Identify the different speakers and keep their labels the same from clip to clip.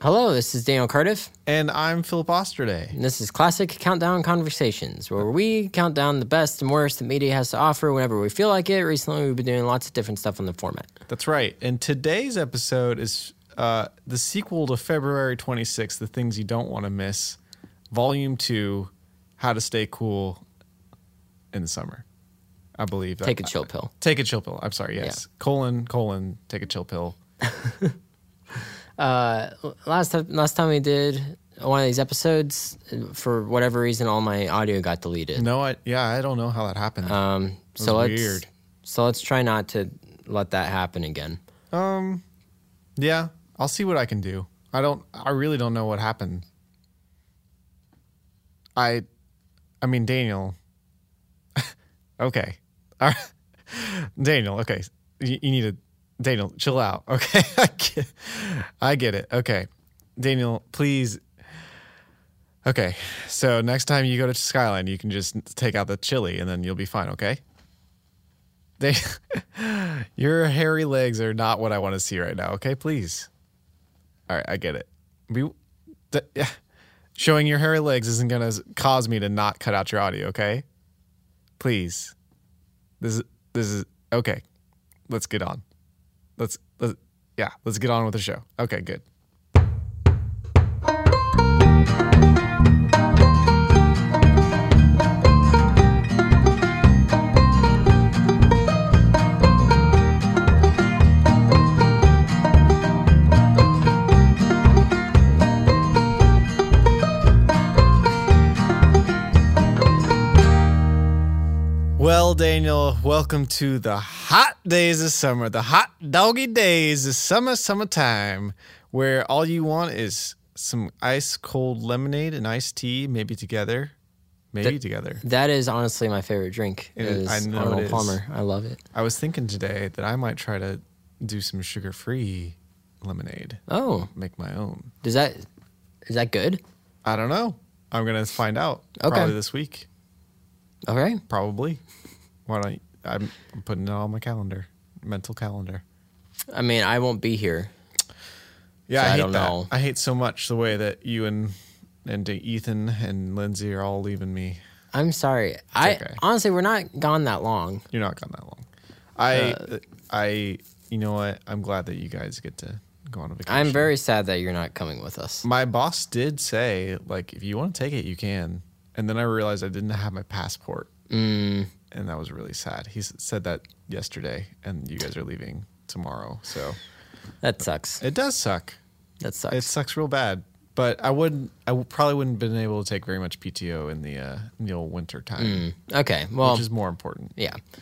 Speaker 1: Hello, this is Daniel Cardiff,
Speaker 2: And I'm Philip Osterday.
Speaker 1: and this is Classic Countdown Conversations, where we count down the best and worst that media has to offer whenever we feel like it. Recently, we've been doing lots of different stuff on the format.
Speaker 2: That's right. And today's episode is uh, the sequel to February 26th, The Things You Don't Want to Miss, Volume 2, How to Stay Cool in the Summer. I believe.
Speaker 1: Take a chill pill.
Speaker 2: Take a chill pill. I'm sorry. Yes. Colon, colon, take a chill pill.
Speaker 1: Last time, last time we did one of these episodes, for whatever reason, all my audio got deleted.
Speaker 2: No, I, yeah, I don't know how that happened.
Speaker 1: Um,
Speaker 2: was
Speaker 1: so let's
Speaker 2: weird.
Speaker 1: so let's try not to let that happen again.
Speaker 2: yeah. I'll see what I can do. I don't, I really don't know what happened. I, I mean, Daniel. okay. All right. Daniel, okay. You, you need to, Daniel, chill out. Okay. I get, I get it. Okay. Daniel, please. Okay. So next time you go to Skyline, you can just take out the chili and then you'll be fine. Okay. They, your hairy legs are not what I want to see right now. Okay. Please. All right. I get it. We, th- yeah. Showing your hairy legs isn't going to cause me to not cut out your audio. Okay. Please. This is this is okay. Let's get on. Let's let's yeah, let's get on with the show. Okay, good. Well, Daniel, welcome to the hot days of summer, the hot doggy days of summer, summertime, where all you want is some ice cold lemonade and iced tea, maybe together, maybe together.
Speaker 1: That is honestly my favorite drink.
Speaker 2: It is. I know
Speaker 1: Arnold
Speaker 2: it is.
Speaker 1: Palmer. I love it.
Speaker 2: I was thinking today that I might try to do some sugar free lemonade,
Speaker 1: Oh,
Speaker 2: make my own.
Speaker 1: does that is that good?
Speaker 2: I don't know. I'm gonna find out
Speaker 1: Okay.
Speaker 2: probably this week.
Speaker 1: All right.
Speaker 2: Probably. Why don't you, I'm, I'm putting it on my calendar, mental calendar.
Speaker 1: I mean, I won't be here.
Speaker 2: Yeah,
Speaker 1: So
Speaker 2: I,
Speaker 1: I
Speaker 2: hate
Speaker 1: don't
Speaker 2: that.
Speaker 1: know.
Speaker 2: I hate so much the way that you and and Ethan and Lindsay are all leaving me.
Speaker 1: I'm sorry. I
Speaker 2: okay.
Speaker 1: honestly, we're not gone that long.
Speaker 2: You're not gone that long. I
Speaker 1: Uh,
Speaker 2: I you know what? I'm glad that you guys get to go on a vacation.
Speaker 1: I'm very sad that you're not coming with us.
Speaker 2: My boss did say like if you want to take it, you can. And then I realized I didn't have my passport.
Speaker 1: Mm.
Speaker 2: And that was really sad. He s- said that yesterday, and you guys are leaving tomorrow. So
Speaker 1: That sucks.
Speaker 2: it does suck.
Speaker 1: That sucks.
Speaker 2: It sucks real bad. But I wouldn't. I w- probably wouldn't have been able to take very much PTO in the uh, in the old winter time,
Speaker 1: okay. Well,
Speaker 2: which is more
Speaker 1: Mm.
Speaker 2: important.
Speaker 1: Um, yeah.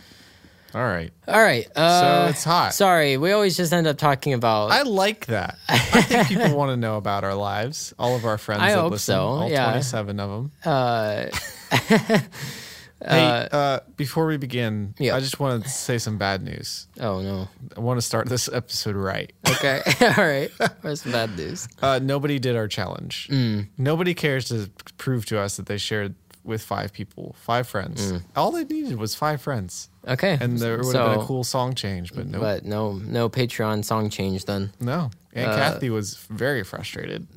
Speaker 2: All right.
Speaker 1: All right. Uh,
Speaker 2: it's hot.
Speaker 1: Sorry, we always just end up talking about.
Speaker 2: I like that. I think people want to know about our lives. All of our friends.
Speaker 1: I
Speaker 2: that
Speaker 1: hope
Speaker 2: listen,
Speaker 1: so,
Speaker 2: All
Speaker 1: yeah.
Speaker 2: twenty-seven of them. Uh, hey, uh, before we begin,
Speaker 1: Yeah.
Speaker 2: I just want to say some bad news.
Speaker 1: oh no.
Speaker 2: I want to start this episode right.
Speaker 1: Okay. All right. Where's some bad news?
Speaker 2: Uh, nobody did our challenge.
Speaker 1: Mm.
Speaker 2: Nobody cares to prove to us that they shared with five people, five friends.
Speaker 1: Mm.
Speaker 2: All they needed was five friends,
Speaker 1: Okay.
Speaker 2: and there would have been a cool song change. But no,
Speaker 1: But uh, no, no Patreon song change then.
Speaker 2: no. Aunt Kathy was very frustrated.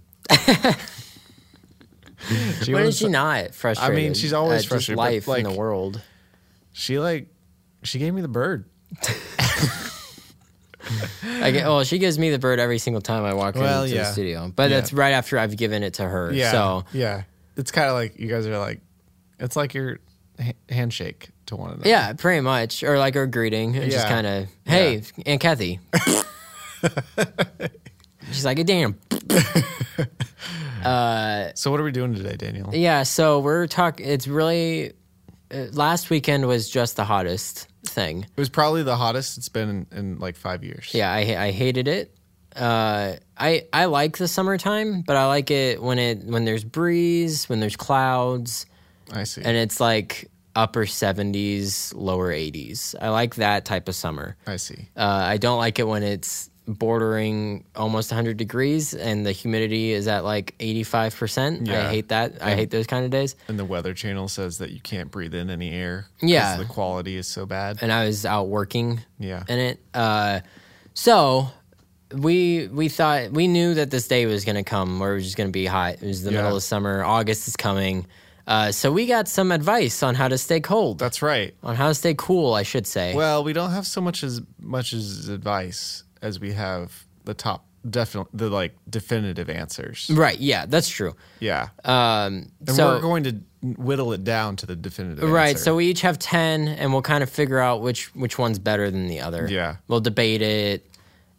Speaker 2: she
Speaker 1: When is
Speaker 2: was-
Speaker 1: she not frustrated?
Speaker 2: she's always
Speaker 1: at just
Speaker 2: frustrated, but,
Speaker 1: Life in
Speaker 2: like-
Speaker 1: the world.
Speaker 2: she like she gave me the bird.
Speaker 1: I get, well, she gives me the bird every single time I walk
Speaker 2: Well,
Speaker 1: into the
Speaker 2: yeah.
Speaker 1: studio, but
Speaker 2: Yeah.
Speaker 1: that's right after I've given it to her.
Speaker 2: Yeah,
Speaker 1: So
Speaker 2: yeah. It's kind of like you guys are like, it's like your ha- handshake to one another.
Speaker 1: yeah, pretty much, or like her greeting, and just
Speaker 2: Yeah.
Speaker 1: kind of, hey, Aunt Kathy. She's like, damn.
Speaker 2: So what are we doing today, Daniel?
Speaker 1: Yeah. So we're talking. It's really. Uh, last weekend was just the hottest thing.
Speaker 2: It was probably the hottest it's been in, in like five years.
Speaker 1: Yeah, I I hated it. Uh, I I like the summertime, but I like it when it when there's breeze, when there's clouds,
Speaker 2: I see.
Speaker 1: and it's like upper 70s, lower 80s. I like that type of summer.
Speaker 2: I see.
Speaker 1: Uh, I don't like it when it's bordering almost 100 degrees and the humidity is at like 85%. I
Speaker 2: Yeah.
Speaker 1: hate that. I hate those kind of days.
Speaker 2: And the Weather Channel says that you can't breathe in any air. 'cause
Speaker 1: Yeah.
Speaker 2: The quality is so bad.
Speaker 1: And I was out working
Speaker 2: Yeah.
Speaker 1: in it. Uh, so we we thought we knew that this day was going to come where it was just going to be hot. It was the
Speaker 2: Yeah.
Speaker 1: middle of summer. August is coming, uh, so we got some advice on how to stay cold,
Speaker 2: That's right.
Speaker 1: on how to stay cool, I should say.
Speaker 2: Well, we don't have so much as much as advice as we have the top definite the like definitive answers.
Speaker 1: right? Yeah, that's true.
Speaker 2: Yeah.
Speaker 1: Mm. Um,
Speaker 2: and
Speaker 1: so
Speaker 2: we're going to whittle it down to the definitive
Speaker 1: right,
Speaker 2: answer.
Speaker 1: so we each have ten, and we'll kind of figure out which which one's better than the other.
Speaker 2: Yeah.
Speaker 1: we'll debate it,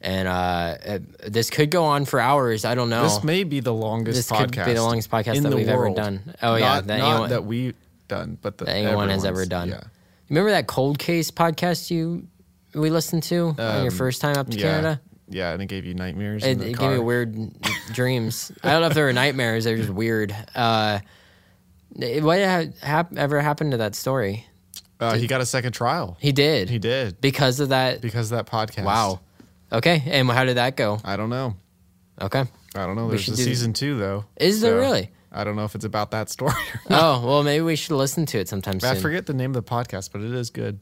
Speaker 1: and uh, it, this could go on for hours. I don't know.
Speaker 2: this may be the longest
Speaker 1: Oh. This could
Speaker 2: podcast.
Speaker 1: be the longest podcast
Speaker 2: in
Speaker 1: that
Speaker 2: the
Speaker 1: we've ever
Speaker 2: world.
Speaker 1: done. Oh, yeah,
Speaker 2: Not,
Speaker 1: that
Speaker 2: not
Speaker 1: anyone-
Speaker 2: that we've done, but the
Speaker 1: that anyone has ever
Speaker 2: everyone's.
Speaker 1: done.
Speaker 2: Yeah.
Speaker 1: Remember that cold case podcast you we listened to on your first time up to
Speaker 2: Um, yeah.
Speaker 1: Canada?
Speaker 2: Yeah, and it gave you nightmares.
Speaker 1: It,
Speaker 2: in the
Speaker 1: it gave
Speaker 2: car.
Speaker 1: me weird dreams. I don't know if they were nightmares; they were just weird. Uh, it- what ha- hap- ever happened to that story?
Speaker 2: Uh, he got a second trial.
Speaker 1: He did.
Speaker 2: He did
Speaker 1: because of that.
Speaker 2: because of that podcast.
Speaker 1: Wow. Okay, and how did that go?
Speaker 2: I don't know.
Speaker 1: Okay.
Speaker 2: I don't know. There's
Speaker 1: should
Speaker 2: a
Speaker 1: do-
Speaker 2: season two though.
Speaker 1: Is there really?
Speaker 2: I don't know if it's about that story.
Speaker 1: Oh well, maybe we should listen to it sometime soon.
Speaker 2: I forget the name of the podcast, but it is good.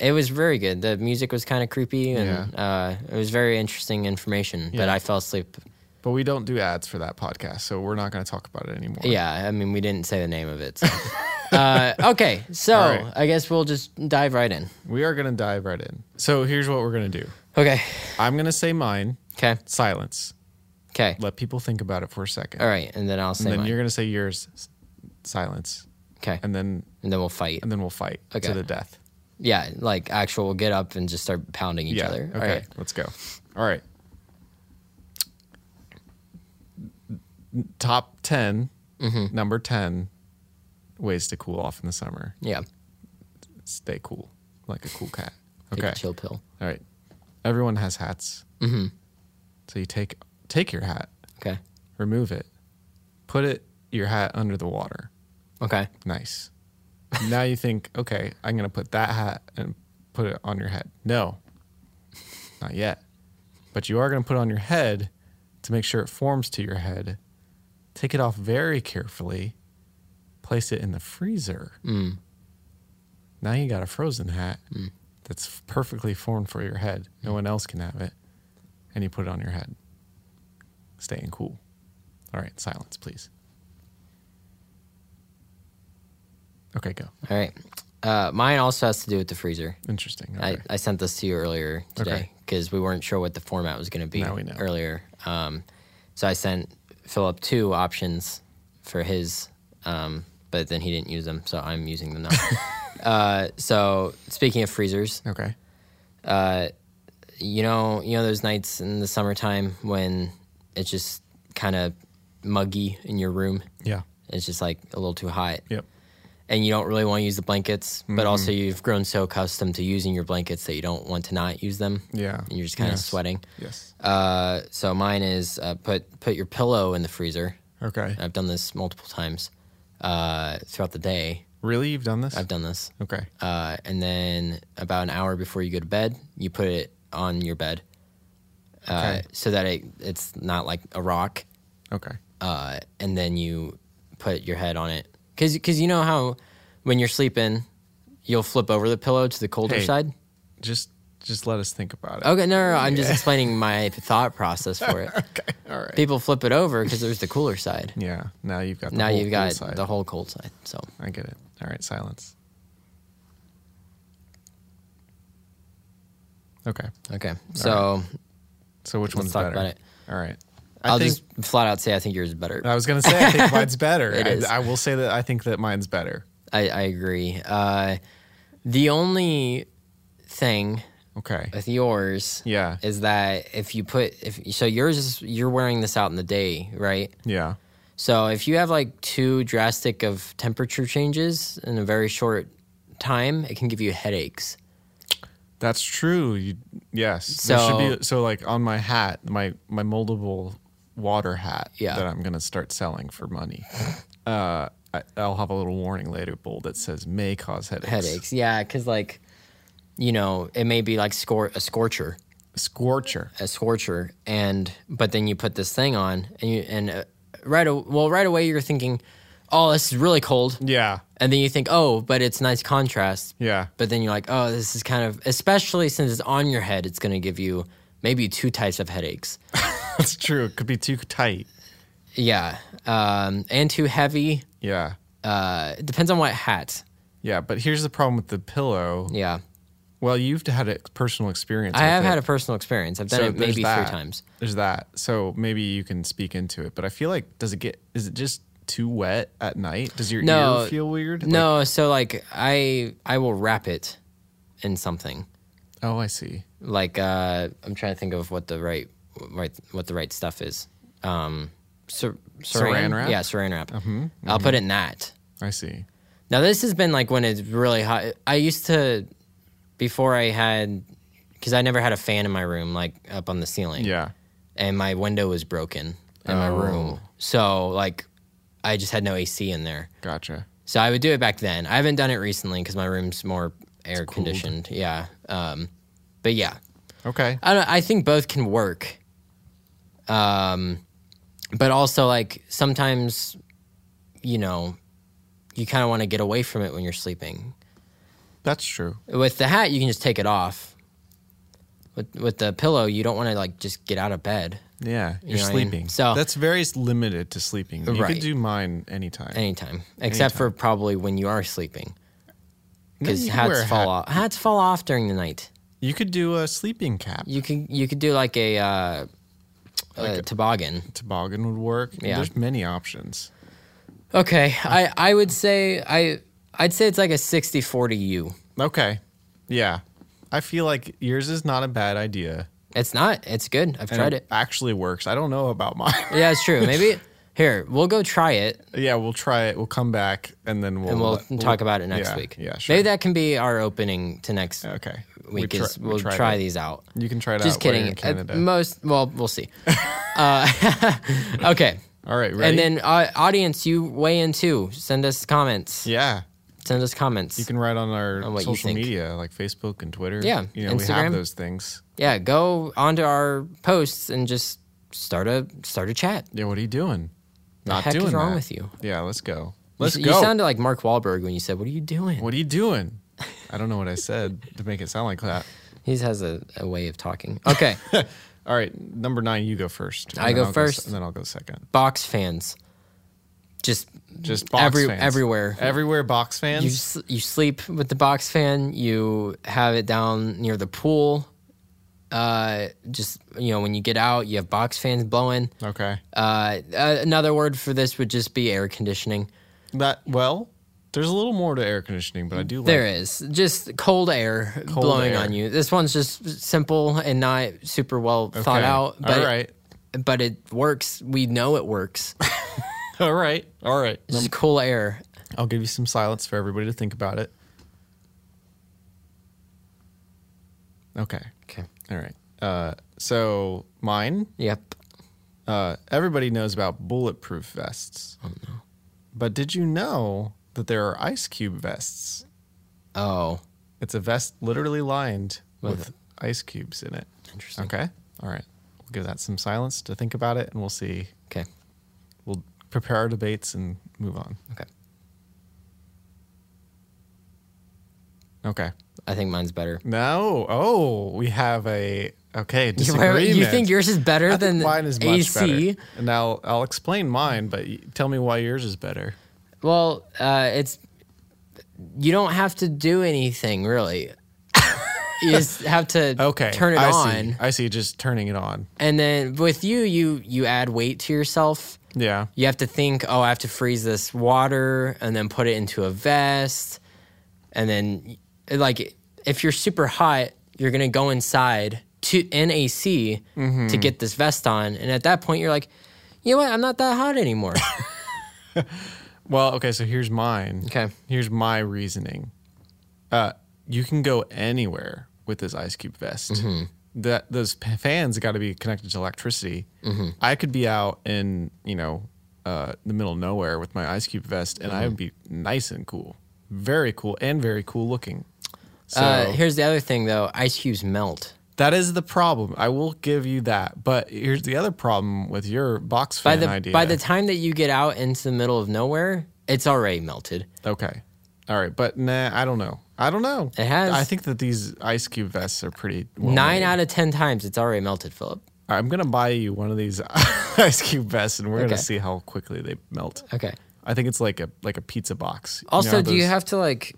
Speaker 1: It was very good. The music was kind of creepy, and
Speaker 2: Yeah.
Speaker 1: uh, it was very interesting information. But
Speaker 2: Yeah.
Speaker 1: I fell asleep.
Speaker 2: But we don't do ads for that podcast, so we're not going to talk about it anymore.
Speaker 1: Yeah, I mean, we didn't say the name of it. so. uh, okay, so
Speaker 2: All right.
Speaker 1: I guess we'll just dive right in.
Speaker 2: We are going to dive right in. So here's what we're going to do.
Speaker 1: Okay,
Speaker 2: I'm going to say mine.
Speaker 1: okay,
Speaker 2: Silence.
Speaker 1: okay.
Speaker 2: Let people think about it for a second.
Speaker 1: All right, and then I'll say
Speaker 2: and then
Speaker 1: mine.
Speaker 2: you're going to say yours. S- Silence.
Speaker 1: Okay,
Speaker 2: And then
Speaker 1: and then we'll fight.
Speaker 2: and then we'll fight
Speaker 1: Okay.
Speaker 2: to the death.
Speaker 1: Yeah, like actual, we'll get up and just start pounding each
Speaker 2: yeah.
Speaker 1: other.
Speaker 2: Okay.
Speaker 1: All right.
Speaker 2: Let's go. All right. Top 10,
Speaker 1: Mm-hmm.
Speaker 2: number 10 ways to cool off in the summer.
Speaker 1: Yeah.
Speaker 2: Stay cool, like a cool cat.
Speaker 1: Take
Speaker 2: Okay.
Speaker 1: a chill pill.
Speaker 2: All right. Everyone has hats. Mm-hmm. So you take take your hat,
Speaker 1: Okay.
Speaker 2: remove it, put it your hat under the water.
Speaker 1: Okay.
Speaker 2: Nice. now you think, okay, I'm gonna put that hat and put it on your head. No, not yet. But you are gonna put it on your head to make sure it forms to your head. Take it off very carefully. Place it in the freezer. Now you got a frozen hat that's f- perfectly formed for your head. No one else can have it. And you put it on your head. Staying cool. All right, silence, please. Okay, go.
Speaker 1: All right. Uh, mine also has to do with the freezer.
Speaker 2: Interesting. Okay.
Speaker 1: I, I sent this to you earlier today
Speaker 2: Okay.
Speaker 1: because we weren't sure what the format was going to be
Speaker 2: Now we know.
Speaker 1: earlier. Um, so I sent Philip two options for his, um, but then he didn't use them, so I'm using them now. uh, so speaking of freezers,
Speaker 2: okay.
Speaker 1: you know, you know those nights in the summertime when it's just kind of muggy in your room.
Speaker 2: Yeah.
Speaker 1: It's just like a little too hot.
Speaker 2: Yep.
Speaker 1: and you don't really want to use the blankets, but also
Speaker 2: Mm-hmm.
Speaker 1: you've grown so accustomed to using your blankets that you don't want to not use them.
Speaker 2: Yeah.
Speaker 1: And you're just kind of
Speaker 2: Yes.
Speaker 1: sweating.
Speaker 2: Yes.
Speaker 1: Uh, so mine is uh, put put your pillow in the freezer.
Speaker 2: Okay.
Speaker 1: I've done this multiple times uh, throughout the day.
Speaker 2: Really, you've done this?
Speaker 1: I've done this,
Speaker 2: okay.
Speaker 1: uh, and then about an hour before you go to bed, you put it on your bed uh,
Speaker 2: Okay.
Speaker 1: so that it it's not like a rock
Speaker 2: Okay.
Speaker 1: uh, and then you put your head on it because you know how when you're sleeping you'll flip over the pillow to the colder
Speaker 2: Hey.
Speaker 1: side
Speaker 2: Just, just let us think about it.
Speaker 1: okay no no, no i'm just explaining my thought process for it
Speaker 2: Okay. All right.
Speaker 1: people flip it over because there's the cooler side
Speaker 2: Yeah. Now you've got. The
Speaker 1: now
Speaker 2: whole
Speaker 1: you've got
Speaker 2: cool side.
Speaker 1: the whole cold side so
Speaker 2: I get it. All right. Silence. Okay.
Speaker 1: okay so
Speaker 2: So which one's
Speaker 1: talk
Speaker 2: better?
Speaker 1: about it.
Speaker 2: All right. I
Speaker 1: i'll
Speaker 2: think, Uh,
Speaker 1: just flat out say i think yours is better
Speaker 2: I was gonna say I think mine's better.
Speaker 1: It
Speaker 2: I,
Speaker 1: is.
Speaker 2: I will say that I think that mine's better.
Speaker 1: I, I agree uh, the only thing
Speaker 2: Okay.
Speaker 1: with yours
Speaker 2: Yeah.
Speaker 1: is that if you put if so yours is you're wearing this out in the day right
Speaker 2: yeah.
Speaker 1: So if you have like too drastic of temperature changes in a very short time, it can give you headaches.
Speaker 2: That's true. You, yes. there
Speaker 1: So-
Speaker 2: should be so like on my hat, my my moldable water hat
Speaker 1: Yeah.
Speaker 2: that I'm gonna start selling for money. Uh, I, I'll have a little warning label that says may cause headaches.
Speaker 1: Headaches, yeah, because like, you know, it may be like scor- a scorcher,
Speaker 2: Scorcher.
Speaker 1: a scorcher, and but then you put this thing on, and you and uh, right a- well right away you're thinking, oh, this is really cold,
Speaker 2: Yeah.
Speaker 1: and then you think, oh, but it's nice contrast.
Speaker 2: Yeah.
Speaker 1: But then you're like, oh, this is kind of especially since it's on your head, it's going to give you maybe two types of headaches.
Speaker 2: That's true. It could be too tight.
Speaker 1: Yeah, um, and too heavy.
Speaker 2: Yeah.
Speaker 1: Uh, it depends on what hat.
Speaker 2: Yeah. But here's the problem with the pillow.
Speaker 1: Yeah,
Speaker 2: Well, you've had a personal experience.
Speaker 1: I
Speaker 2: with
Speaker 1: have
Speaker 2: it.
Speaker 1: had a personal experience. I've done it
Speaker 2: there's
Speaker 1: maybe three
Speaker 2: that.
Speaker 1: times.
Speaker 2: There's that. So maybe you can speak into it. But I feel like does it get is it just too wet at night? Does your
Speaker 1: No,
Speaker 2: ear feel weird? Like-
Speaker 1: No, so like I I will wrap it in something.
Speaker 2: oh, I see.
Speaker 1: Like uh, I'm trying to think of what the right right what the right stuff is. Um, sar-
Speaker 2: Saran wrap? Mm-hmm.
Speaker 1: Yeah, saran wrap. I'll put it in that.
Speaker 2: I see.
Speaker 1: Now this has been like when it's really hot. I used to before I had because I never had a fan in my room like up on the ceiling.
Speaker 2: Yeah.
Speaker 1: and my window was broken in my room. So like I just had no AC in there.
Speaker 2: Gotcha.
Speaker 1: So I would do it back then. I haven't done it recently because my room's more air conditioned. Yeah. Um, but yeah,
Speaker 2: Okay.
Speaker 1: I, don't, I think both can work. Um, but also like sometimes, you know, you kind of want to get away from it when you're sleeping.
Speaker 2: That's true.
Speaker 1: With the hat, you can just take it off. With with the pillow, you don't want to like just get out of bed
Speaker 2: Yeah. You're
Speaker 1: know what I mean?
Speaker 2: sleeping.
Speaker 1: So-
Speaker 2: that's very s- limited to sleeping. You
Speaker 1: Right.
Speaker 2: could do mine anytime.
Speaker 1: anytime, except for probably when you are sleeping,
Speaker 2: No,
Speaker 1: because
Speaker 2: you can wear
Speaker 1: hats
Speaker 2: a
Speaker 1: fall
Speaker 2: hat.
Speaker 1: off. Hats fall off during the night.
Speaker 2: You could do a sleeping cap.
Speaker 1: You could you could do like a uh, uh, toboggan.
Speaker 2: Toboggan would work.
Speaker 1: Yeah.
Speaker 2: There's many options.
Speaker 1: Okay, I I would say I I'd say it's like a 60-40 U.
Speaker 2: Okay. Yeah. I feel like yours is not a bad idea.
Speaker 1: It's not. It's good. I've
Speaker 2: And
Speaker 1: tried it.
Speaker 2: Actually works. I don't know about mine.
Speaker 1: Yeah, it's true. Maybe here we'll go try it
Speaker 2: Yeah, we'll try it. Well come back and then we'll
Speaker 1: and we'll
Speaker 2: we'll-
Speaker 1: talk about it next
Speaker 2: yeah,
Speaker 1: week.
Speaker 2: Yeah, sure.
Speaker 1: Maybe that can be our opening to next
Speaker 2: okay. We
Speaker 1: week.
Speaker 2: try-
Speaker 1: is
Speaker 2: we
Speaker 1: we'll
Speaker 2: tried
Speaker 1: try
Speaker 2: it.
Speaker 1: these out.
Speaker 2: You can try it
Speaker 1: Just
Speaker 2: out. while you're
Speaker 1: kidding. Uh, mm, At
Speaker 2: In Canada.
Speaker 1: most well, we'll see. uh, okay.
Speaker 2: All right, ready?
Speaker 1: And then uh, audience, you weigh in too. Send us comments.
Speaker 2: yeah,
Speaker 1: Send us comments.
Speaker 2: you can write on our
Speaker 1: what you
Speaker 2: social
Speaker 1: think.
Speaker 2: media like Facebook and Twitter.
Speaker 1: Yeah,
Speaker 2: you know we
Speaker 1: Instagram.
Speaker 2: have those things.
Speaker 1: yeah, go onto our posts and just start a start a chat.
Speaker 2: Yeah, what are you doing?
Speaker 1: The
Speaker 2: Not
Speaker 1: heck is
Speaker 2: doing
Speaker 1: wrong
Speaker 2: that.
Speaker 1: with you?
Speaker 2: Yeah, let's go. Let's
Speaker 1: you,
Speaker 2: go.
Speaker 1: You sounded like Mark Wahlberg when you said, "What are you doing?"
Speaker 2: what are you doing? I don't know what I said to make it sound like that.
Speaker 1: He has a, a way of talking. Okay,
Speaker 2: All right, number nine, you go first. and
Speaker 1: I
Speaker 2: then
Speaker 1: go
Speaker 2: I'll
Speaker 1: first. Mm,
Speaker 2: se- and then I'll go second.
Speaker 1: box fans, just
Speaker 2: Just box
Speaker 1: Every-
Speaker 2: fans.
Speaker 1: everywhere.
Speaker 2: everywhere box fans.
Speaker 1: you s- you sleep with the box fan. You have it down near the pool. Uh, just you know, when you get out, you have box fans blowing.
Speaker 2: okay,
Speaker 1: Uh, a- another word for this would just be air conditioning.
Speaker 2: that well, there's a little more to air conditioning, but I do like
Speaker 1: There is just cold air blowing
Speaker 2: air.
Speaker 1: on you. This one's just simple and not super well thought
Speaker 2: Okay.
Speaker 1: out, but
Speaker 2: all right,
Speaker 1: but it works. We know it works.
Speaker 2: all right, all right.
Speaker 1: It's just cool air.
Speaker 2: I'll give you some silence for everybody to think about it. Okay,
Speaker 1: Okay.
Speaker 2: all right. Uh, so mine,
Speaker 1: Yep.
Speaker 2: uh, everybody knows about bulletproof vests. Oh no! But did you know that there are ice cube vests?
Speaker 1: Oh,
Speaker 2: It's a vest literally lined
Speaker 1: With-
Speaker 2: with ice cubes in it.
Speaker 1: interesting.
Speaker 2: Okay, all right. We'll give that some silence to think about it, and we'll see.
Speaker 1: Okay.
Speaker 2: We'll prepare our debates and move on.
Speaker 1: Okay.
Speaker 2: Okay.
Speaker 1: I think mine's better.
Speaker 2: No. Oh, we have a okay
Speaker 1: You- where-
Speaker 2: disagreement.
Speaker 1: You think yours is better
Speaker 2: I think
Speaker 1: than
Speaker 2: mine is much
Speaker 1: AC?
Speaker 2: better. And now I'll explain mine, but y- tell me why yours is better.
Speaker 1: Well, uh, it's you don't have to do anything really. you just have to
Speaker 2: Okay.
Speaker 1: turn it
Speaker 2: I
Speaker 1: on,
Speaker 2: See. I see. Just turning it on.
Speaker 1: and then with you, you you add weight to yourself.
Speaker 2: Yeah.
Speaker 1: You have to think, oh, I have to freeze this water and then put it into a vest, and then like if you're super hot, you're gonna go inside to in AC
Speaker 2: Mm-hmm.
Speaker 1: to get this vest on, and at that point, you're like, you know what, I'm not that hot anymore.
Speaker 2: Well, okay. So here's mine.
Speaker 1: Okay.
Speaker 2: Here's my reasoning. Uh, you can go anywhere with this ice cube vest.
Speaker 1: Mm-hmm.
Speaker 2: That those p- fans got to be connected to electricity.
Speaker 1: Mm-hmm.
Speaker 2: I could be out in you know uh, the middle of nowhere with my ice cube vest, and I
Speaker 1: Mm-hmm.
Speaker 2: would be nice and cool, very cool, and very cool looking. So
Speaker 1: Uh, here's the other thing, though: ice cubes melt.
Speaker 2: that is the problem. I will give you that. But here's the other problem with your box
Speaker 1: By
Speaker 2: fan
Speaker 1: the
Speaker 2: idea.
Speaker 1: by the time that you get out into the middle of nowhere, it's already melted.
Speaker 2: okay, All right, but nah, I don't know. I don't know.
Speaker 1: It has-
Speaker 2: I think that these ice cube vests are pretty. Well
Speaker 1: Nine out of ten times, it's already melted, Philip.
Speaker 2: I'm gonna buy you one of these ice cube vests, and we're
Speaker 1: Okay.
Speaker 2: gonna see how quickly they melt.
Speaker 1: Okay.
Speaker 2: I think it's like a like a pizza box. You
Speaker 1: Also,
Speaker 2: know how
Speaker 1: do you
Speaker 2: those-
Speaker 1: have to like?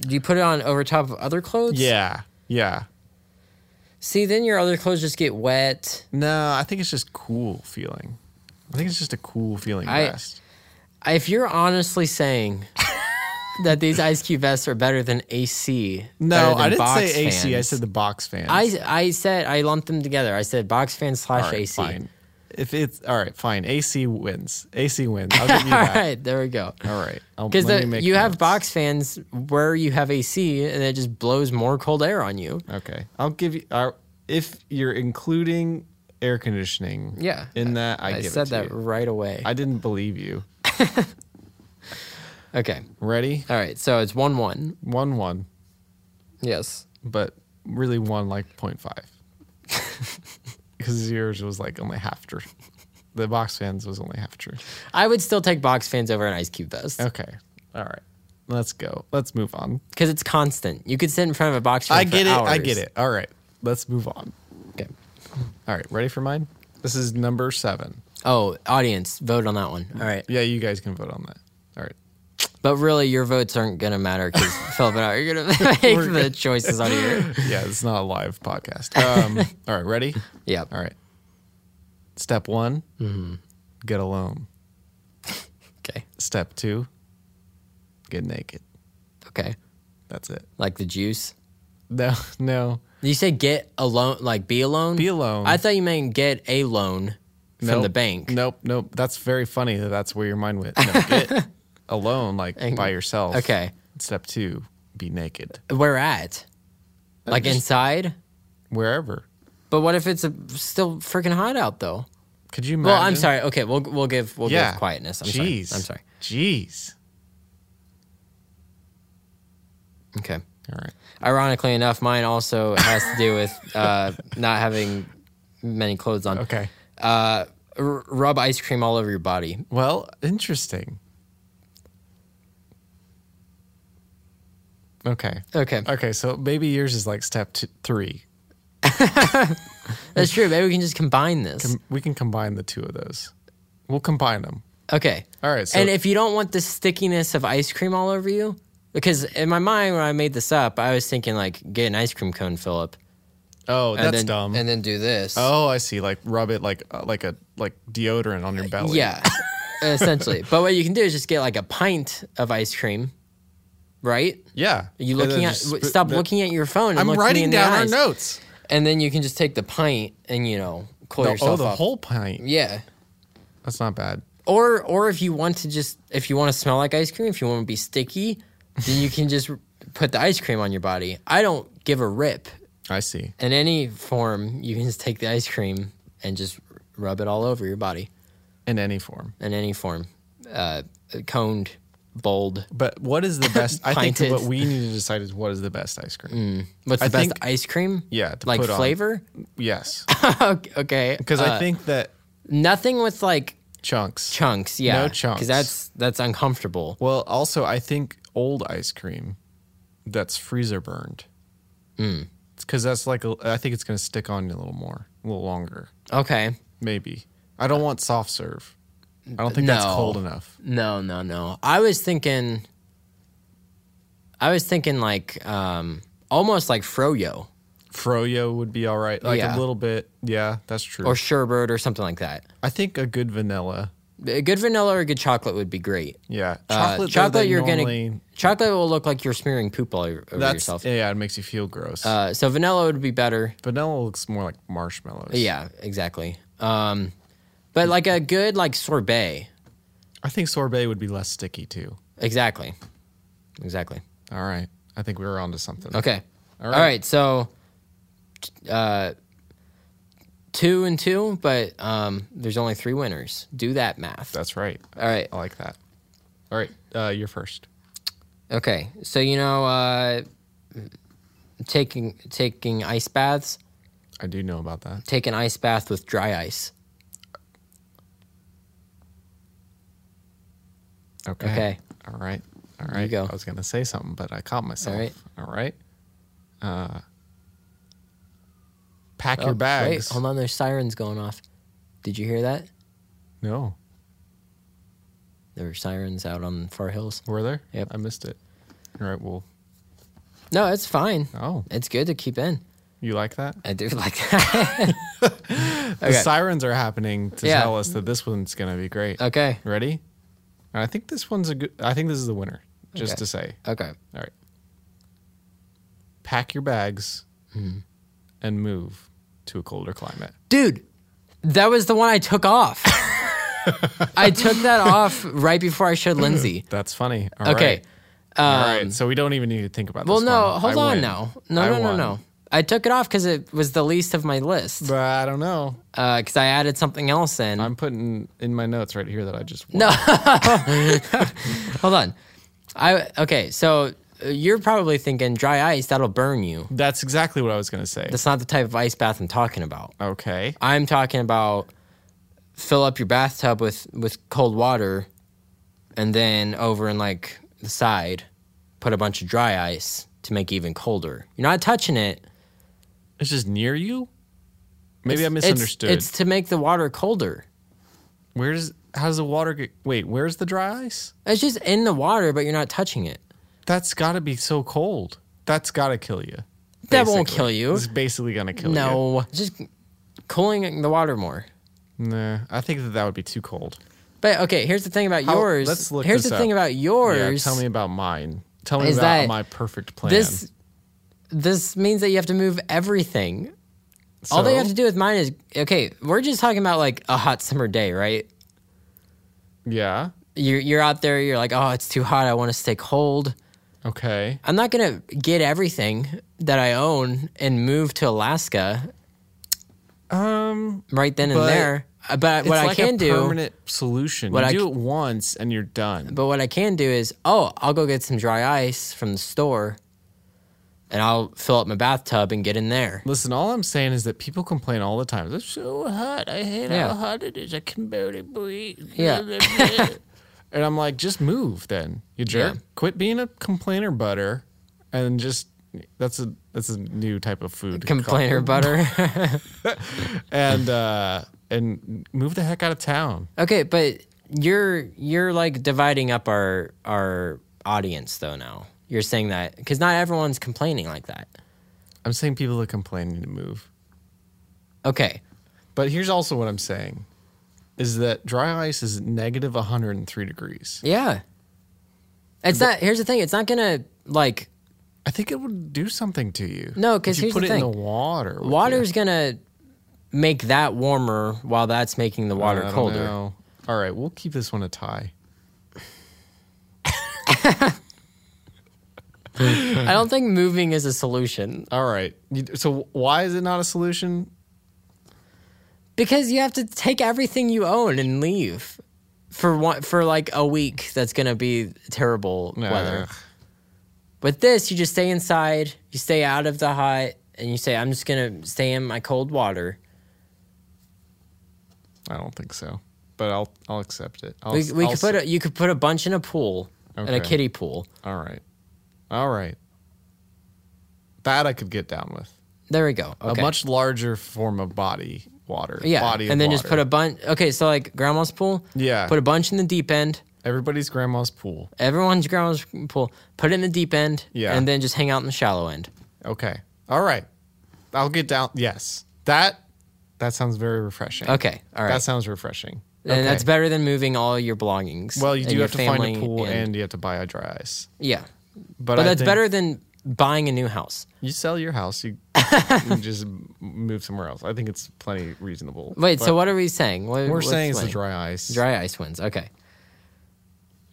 Speaker 1: Do you put it on over top of other clothes?
Speaker 2: Yeah, yeah.
Speaker 1: See, then your other clothes just get wet.
Speaker 2: No, I think it's just cool feeling. I think it's just a cool feeling
Speaker 1: I-
Speaker 2: vest.
Speaker 1: If you're honestly saying that these ice cube vests are better than AC, better
Speaker 2: No,
Speaker 1: than
Speaker 2: I didn't
Speaker 1: box
Speaker 2: say AC. I
Speaker 1: fans,
Speaker 2: said the box fan.
Speaker 1: I I said I lumped them together. I said box fan slash AC.
Speaker 2: Fine. If it's all right, fine. AC wins. AC wins. I'll give you
Speaker 1: All
Speaker 2: that.
Speaker 1: right, there we go.
Speaker 2: All right. I'll-
Speaker 1: Because
Speaker 2: let me make
Speaker 1: you have
Speaker 2: notes.
Speaker 1: box fans where you have AC, and it just blows more cold air on you.
Speaker 2: Okay. I'll give you. Uh, if you're including air conditioning,
Speaker 1: Yeah,
Speaker 2: in that I,
Speaker 1: I
Speaker 2: give
Speaker 1: said
Speaker 2: it to
Speaker 1: that
Speaker 2: you.
Speaker 1: right away.
Speaker 2: I didn't believe you.
Speaker 1: okay,
Speaker 2: Ready?
Speaker 1: all right. So it's one one.
Speaker 2: One one,
Speaker 1: Yes.
Speaker 2: but really one like 0.5. Because yours was like only half true. The box fans was only half true.
Speaker 1: I would still take box fans over an ice cube vest
Speaker 2: Okay. All right. Let's go. Let's move on.
Speaker 1: because it's constant. You could sit in front of a box fan.
Speaker 2: I
Speaker 1: for
Speaker 2: get it. I
Speaker 1: hours.
Speaker 2: get it. All right. Let's move on.
Speaker 1: Okay.
Speaker 2: All right. Ready for mine? This is number seven.
Speaker 1: Oh, audience, vote on that one. All right,
Speaker 2: Yeah, you guys can vote on that. All right.
Speaker 1: but really, your votes aren't gonna matter because Philip and I are gonna make
Speaker 2: We're
Speaker 1: the choices on here.
Speaker 2: Yeah, it's not a live podcast. Um, all right. Ready?
Speaker 1: Yep.
Speaker 2: All right. Step one
Speaker 1: Mm-hmm.
Speaker 2: get alone.
Speaker 1: Okay.
Speaker 2: Step two get naked.
Speaker 1: Okay.
Speaker 2: That's it.
Speaker 1: Like the juice.
Speaker 2: No, no.
Speaker 1: You said get alone, like be alone.
Speaker 2: Be alone.
Speaker 1: I thought you meant get a loan from
Speaker 2: nope,
Speaker 1: the bank.
Speaker 2: Nope, nope. That's very funny that that's where your mind went. No, get alone, like by yourself.
Speaker 1: Okay.
Speaker 2: Step two, be naked.
Speaker 1: Where at? Like
Speaker 2: just-
Speaker 1: inside?
Speaker 2: Wherever.
Speaker 1: But what if it's a, still freaking hot out though?
Speaker 2: Could you imagine?
Speaker 1: Well, I'm sorry. Okay, we'll we'll give we'll
Speaker 2: Yeah.
Speaker 1: give quietness. I'm
Speaker 2: Jeez.
Speaker 1: sorry. I'm sorry.
Speaker 2: Jeez.
Speaker 1: Okay.
Speaker 2: All right.
Speaker 1: Ironically enough, mine also has to do with uh, not having many clothes on.
Speaker 2: Okay.
Speaker 1: Uh, r- rub ice cream all over your body.
Speaker 2: Well, interesting. Okay.
Speaker 1: Okay,
Speaker 2: Okay, so maybe yours is like step two, three.
Speaker 1: that's true. Maybe we can just combine this.
Speaker 2: We can combine the two of those. We'll combine them.
Speaker 1: Okay.
Speaker 2: All right, so-
Speaker 1: and if you don't want the stickiness of ice cream all over you, because in my mind when I made this up, I was thinking like get an ice cream cone, Philip.
Speaker 2: Oh,
Speaker 1: And
Speaker 2: that's
Speaker 1: then,
Speaker 2: dumb.
Speaker 1: And then do this.
Speaker 2: oh, I see. Like rub it like uh, like a like deodorant on your belly.
Speaker 1: Uh, yeah, essentially. But what you can do is just get like a pint of ice cream, right?
Speaker 2: Yeah.
Speaker 1: Are you looking at? w- stop looking at your phone. And
Speaker 2: I'm
Speaker 1: look me
Speaker 2: writing
Speaker 1: in the
Speaker 2: down our
Speaker 1: eyes.
Speaker 2: notes. Oh,
Speaker 1: and then you can just take the pint and you know cool
Speaker 2: The, oh,
Speaker 1: yourself
Speaker 2: the
Speaker 1: up.
Speaker 2: whole pint.
Speaker 1: yeah.
Speaker 2: That's not bad.
Speaker 1: Or or if you want to just if you want to smell like ice cream, if you want to be sticky, then you can just r- put the ice cream on your body. I don't give a rip
Speaker 2: I see.
Speaker 1: in any form. You can just take the ice cream and just r- rub it all over your body
Speaker 2: In any form.
Speaker 1: in any form, uh, coned, bold.
Speaker 2: But what is the best? I think
Speaker 1: Pinted.
Speaker 2: what we need to decide is what is the best ice cream.
Speaker 1: What's the
Speaker 2: I
Speaker 1: best
Speaker 2: think-
Speaker 1: ice cream?
Speaker 2: Yeah, to
Speaker 1: like
Speaker 2: put on.
Speaker 1: flavor.
Speaker 2: Yes,
Speaker 1: okay,
Speaker 2: because
Speaker 1: Uh,
Speaker 2: I think that
Speaker 1: nothing with like
Speaker 2: chunks.
Speaker 1: chunks. Yeah,
Speaker 2: No chunks.
Speaker 1: because that's that's uncomfortable.
Speaker 2: well, also I think old ice cream that's freezer burned.
Speaker 1: Mm.
Speaker 2: Because that's like a, I think it's going to stick on you a little more, a little longer,
Speaker 1: Okay.
Speaker 2: maybe. I don't want soft serve. I don't think that's
Speaker 1: No.
Speaker 2: cold enough.
Speaker 1: No, no, no. I was thinking I was thinking like um almost like froyo
Speaker 2: Froyo would be all right, like
Speaker 1: Yeah.
Speaker 2: a little bit. Yeah, that's true.
Speaker 1: or sherbet or something like that.
Speaker 2: I think a good vanilla.
Speaker 1: A good vanilla or a good chocolate would be great.
Speaker 2: Yeah,
Speaker 1: Uh,
Speaker 2: chocolate. though,
Speaker 1: chocolate
Speaker 2: they
Speaker 1: you're
Speaker 2: normally-
Speaker 1: gonna chocolate will look like you're smearing poop all over
Speaker 2: That's
Speaker 1: yourself.
Speaker 2: yeah, it makes you feel gross.
Speaker 1: Uh, so vanilla would be better.
Speaker 2: Vanilla looks more like marshmallows.
Speaker 1: Yeah, exactly. Um, but like a good like sorbet.
Speaker 2: I think sorbet would be less sticky too.
Speaker 1: Exactly. Exactly.
Speaker 2: All right. I think we were onto something.
Speaker 1: Okay. All
Speaker 2: All
Speaker 1: right.
Speaker 2: right.
Speaker 1: so, t- uh, two and two, but um, there's only three winners. Do that math.
Speaker 2: That's right.
Speaker 1: All right.
Speaker 2: I like that. All right. Uh, you're first.
Speaker 1: Okay. So you know, uh, taking taking ice baths,
Speaker 2: I do know about that.
Speaker 1: take an ice bath with dry ice.
Speaker 2: Okay.
Speaker 1: Okay.
Speaker 2: All right. All right.
Speaker 1: go.
Speaker 2: I was going to say something, but I caught myself.
Speaker 1: right.
Speaker 2: All right. Uh, pack
Speaker 1: Oh,
Speaker 2: your bags.
Speaker 1: Wait, hold on. There's sirens going off. Did you hear that?
Speaker 2: No.
Speaker 1: There were sirens out on Far Hills.
Speaker 2: Were there?
Speaker 1: Yep.
Speaker 2: I missed it. All right. Well,
Speaker 1: No, it's fine.
Speaker 2: oh,
Speaker 1: It's good to keep in.
Speaker 2: you like that?
Speaker 1: I do like that.
Speaker 2: The
Speaker 1: Okay.
Speaker 2: sirens are happening to
Speaker 1: Yeah.
Speaker 2: tell us that this one's going to be great.
Speaker 1: okay.
Speaker 2: Ready? I think this one's a good. I think this is the winner. Just
Speaker 1: Okay.
Speaker 2: to say.
Speaker 1: Okay.
Speaker 2: All right. Pack your bags
Speaker 1: Hmm.
Speaker 2: and move to a colder climate.
Speaker 1: Dude, that was the one I took off. I took that off right before I showed Lindsay.
Speaker 2: That's funny. All right.
Speaker 1: Okay. um,
Speaker 2: All right. So we don't even need to think about
Speaker 1: Well,
Speaker 2: this.
Speaker 1: no,
Speaker 2: one.
Speaker 1: hold
Speaker 2: I
Speaker 1: on
Speaker 2: win.
Speaker 1: now. No,
Speaker 2: I
Speaker 1: no, no,
Speaker 2: won.
Speaker 1: no. I took it off because it was the least of my list.
Speaker 2: But I don't know.
Speaker 1: Because I added something else in.
Speaker 2: I'm putting in my notes right here that I just won.
Speaker 1: No. Hold on. I okay, so uh, you're probably thinking dry ice that'll burn you.
Speaker 2: That's exactly what I was going to say.
Speaker 1: That's not the type of ice bath I'm talking about.
Speaker 2: okay.
Speaker 1: I'm talking about fill up your bathtub with with cold water and then over in like the side put a bunch of dry ice to make it even colder. You're not touching it.
Speaker 2: It's just near you? Maybe I
Speaker 1: It's-
Speaker 2: misunderstood.
Speaker 1: It's, it's to make the water colder.
Speaker 2: Where does how does the water get? Wait, where's the dry ice?
Speaker 1: It's just in the water but you're not touching it.
Speaker 2: That's got to be so cold. That's got to kill you.
Speaker 1: That won't
Speaker 2: basically.
Speaker 1: kill you.
Speaker 2: It's basically gonna kill you.
Speaker 1: No, just cooling the water more.
Speaker 2: No, nah, I think that that would be too cold.
Speaker 1: But okay, here's the thing about
Speaker 2: How-
Speaker 1: yours.
Speaker 2: let's look
Speaker 1: here's
Speaker 2: this
Speaker 1: the
Speaker 2: up.
Speaker 1: thing about yours.
Speaker 2: Yeah, tell me about mine. Tell me
Speaker 1: Is
Speaker 2: about
Speaker 1: that-
Speaker 2: my perfect plan.
Speaker 1: this this means that you have to move everything. All they
Speaker 2: So?
Speaker 1: have to do with mine is okay, we're just talking about like a hot summer day, right?
Speaker 2: yeah.
Speaker 1: You're you're out there, you're like, Oh, it's too hot, I wanna stay cold.
Speaker 2: Okay.
Speaker 1: I'm not gonna get everything that I own and move to Alaska
Speaker 2: Um,
Speaker 1: right then and
Speaker 2: But
Speaker 1: there. Uh, But what
Speaker 2: it's
Speaker 1: I
Speaker 2: like
Speaker 1: can
Speaker 2: a
Speaker 1: do
Speaker 2: permanent solution.
Speaker 1: What
Speaker 2: you
Speaker 1: I
Speaker 2: do
Speaker 1: c-
Speaker 2: it once and you're done.
Speaker 1: But what I can do is, oh, I'll go get some dry ice from the store and I'll fill up my bathtub and get in there.
Speaker 2: Listen, all I'm saying is that people complain all the time. It's so hot. I hate
Speaker 1: Yeah.
Speaker 2: how hot it is. I can barely breathe.
Speaker 1: Yeah.
Speaker 2: and I'm like, just move then, you jerk.
Speaker 1: Yeah.
Speaker 2: Quit being a complainer butter, and just that's a that's a new type of food.
Speaker 1: Complainer butter.
Speaker 2: and uh, and move the heck out of town.
Speaker 1: okay, but you're you're like dividing up our our audience though now. You're saying that because not everyone's complaining like that.
Speaker 2: I'm saying people that complain need to move.
Speaker 1: Okay.
Speaker 2: But here's also what I'm saying is that dry ice is negative 103 degrees.
Speaker 1: Yeah. It's not here's the thing, it's not gonna like
Speaker 2: I think it would do something to you.
Speaker 1: No,
Speaker 2: If
Speaker 1: 'cause
Speaker 2: you
Speaker 1: here's
Speaker 2: put
Speaker 1: the
Speaker 2: it in
Speaker 1: thing.
Speaker 2: the water. with you.
Speaker 1: water's gonna make that warmer while that's making the
Speaker 2: I
Speaker 1: water
Speaker 2: don't
Speaker 1: colder.
Speaker 2: know. All right, we'll keep this one a tie.
Speaker 1: I don't think moving is a solution.
Speaker 2: All right. You- So why is it not a solution?
Speaker 1: Because you have to take everything you own and leave for one for like a week. That's gonna be terrible weather.
Speaker 2: Nah.
Speaker 1: With this, you just stay inside. You stay out of the hot, and you say, "I'm just gonna stay in my cold water."
Speaker 2: I don't think so. But I'll I'll accept it. I'll,
Speaker 1: We, we
Speaker 2: I'll
Speaker 1: could put a, you could put a bunch in a pool in a
Speaker 2: Okay.
Speaker 1: kiddie pool.
Speaker 2: All right. All right. That I could get down with.
Speaker 1: There we go. Okay.
Speaker 2: A much larger form of body water.
Speaker 1: yeah,
Speaker 2: Body of
Speaker 1: and then just
Speaker 2: water.
Speaker 1: put a bunch. Okay, so like grandma's pool.
Speaker 2: Yeah.
Speaker 1: Put a bunch in the deep end.
Speaker 2: everybody's grandma's pool.
Speaker 1: Everyone's grandma's pool. Put it in the deep end.
Speaker 2: Yeah.
Speaker 1: And then just hang out in the shallow end.
Speaker 2: Okay. All right. I'll get down. Yes. That that sounds very refreshing.
Speaker 1: Okay. All right.
Speaker 2: That sounds refreshing.
Speaker 1: And
Speaker 2: Okay.
Speaker 1: that's better than moving all your belongings.
Speaker 2: well, you
Speaker 1: and
Speaker 2: do
Speaker 1: your
Speaker 2: have to find a
Speaker 1: family
Speaker 2: pool and, you have to buy a dry ice.
Speaker 1: yeah,
Speaker 2: But,
Speaker 1: but
Speaker 2: I
Speaker 1: that's
Speaker 2: think
Speaker 1: better than buying a new house.
Speaker 2: You sell your house, you, you just move somewhere else. I think it's plenty reasonable.
Speaker 1: Wait,
Speaker 2: But
Speaker 1: so what are we saying? What,
Speaker 2: we're
Speaker 1: what's
Speaker 2: saying it's the
Speaker 1: winning?
Speaker 2: dry ice.
Speaker 1: dry ice wins. Okay,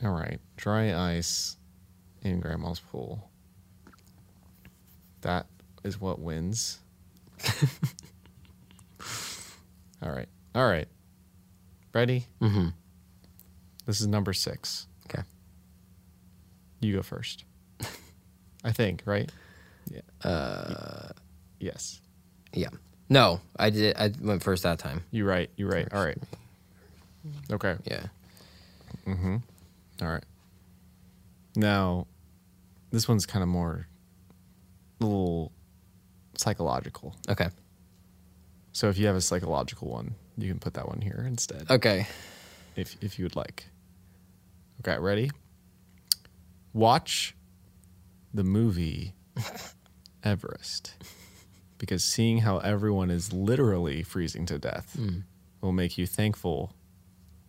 Speaker 2: All right, dry ice in grandma's pool. That is what wins. All right. All right. Ready? Mm-hmm. This is number six.
Speaker 1: okay.
Speaker 2: You go first. I think, right? Yeah. Uh, yes.
Speaker 1: Yeah. No, I did. I went first that time.
Speaker 2: You right. You right. All right. Okay.
Speaker 1: Yeah.
Speaker 2: All right. Now, this one's kind of more a little psychological.
Speaker 1: Okay.
Speaker 2: So if you have a psychological one, you can put that one here instead,
Speaker 1: Okay.
Speaker 2: if if you would like. Okay, ready? Watch the movie Everest, because seeing how everyone is literally freezing to death will make you thankful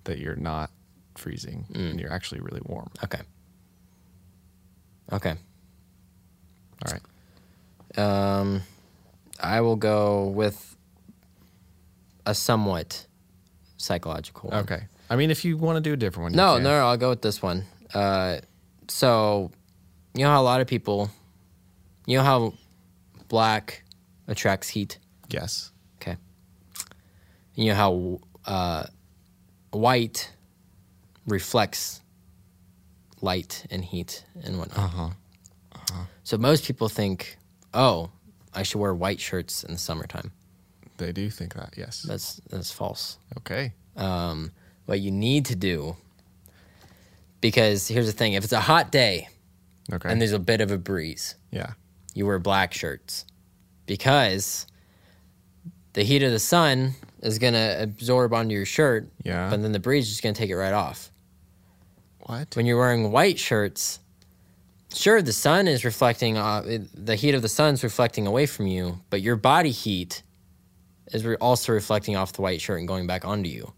Speaker 2: that you're not freezing and you're actually really warm.
Speaker 1: Okay. Okay.
Speaker 2: All right.
Speaker 1: Um, I will go with a somewhat psychological. One.
Speaker 2: Okay. I mean, if you want to do a different one, you
Speaker 1: No,
Speaker 2: can.
Speaker 1: no, I'll go with this one. Uh, so, you know how a lot of people, you know how black attracts heat.
Speaker 2: Yes.
Speaker 1: Okay. And you know how uh, white reflects light and heat and whatnot.
Speaker 2: huh.
Speaker 1: So most people think, oh, I should wear white shirts in the summertime.
Speaker 2: They do think that. Yes.
Speaker 1: That's that's false.
Speaker 2: okay.
Speaker 1: Um, what you need to do, because here's the thing: if it's a hot day
Speaker 2: Okay.
Speaker 1: and there's a bit of a breeze,
Speaker 2: yeah.
Speaker 1: you wear black shirts because the heat of the sun is going to absorb onto your shirt,
Speaker 2: Yeah.
Speaker 1: but then the breeze is just going to take it right off.
Speaker 2: What?
Speaker 1: When you're wearing white shirts, sure, the sun is reflecting, uh, it- the heat of the sun's reflecting away from you, but your body heat is re- also reflecting off the white shirt and going back onto you.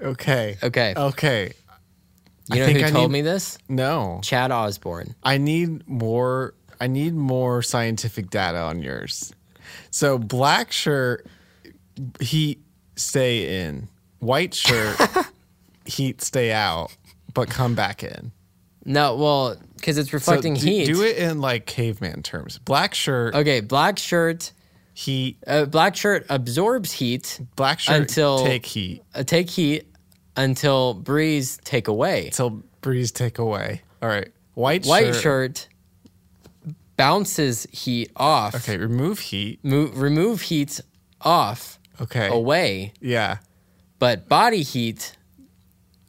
Speaker 2: Okay.
Speaker 1: Okay.
Speaker 2: Okay.
Speaker 1: you know
Speaker 2: Oh, I think
Speaker 1: who
Speaker 2: I
Speaker 1: told
Speaker 2: need-
Speaker 1: me this?
Speaker 2: No.
Speaker 1: Chad Osborne.
Speaker 2: I need more. I need more scientific data on yours. So black shirt, heat stay in. White shirt, heat stay out, but come back in.
Speaker 1: No, well, because it's
Speaker 2: So
Speaker 1: reflecting
Speaker 2: do-
Speaker 1: heat.
Speaker 2: Do it in like caveman terms. Black shirt,
Speaker 1: Okay, black shirt.
Speaker 2: heat.
Speaker 1: Uh, black shirt absorbs heat.
Speaker 2: Black shirt
Speaker 1: Until-
Speaker 2: take heat.
Speaker 1: uh, take heat until breeze take away.
Speaker 2: Till breeze take away. All right. White,
Speaker 1: White
Speaker 2: shirt.
Speaker 1: shirt bounces heat off.
Speaker 2: Okay, remove heat.
Speaker 1: Mo- remove heat off
Speaker 2: Okay.
Speaker 1: away,
Speaker 2: Yeah.
Speaker 1: but body heat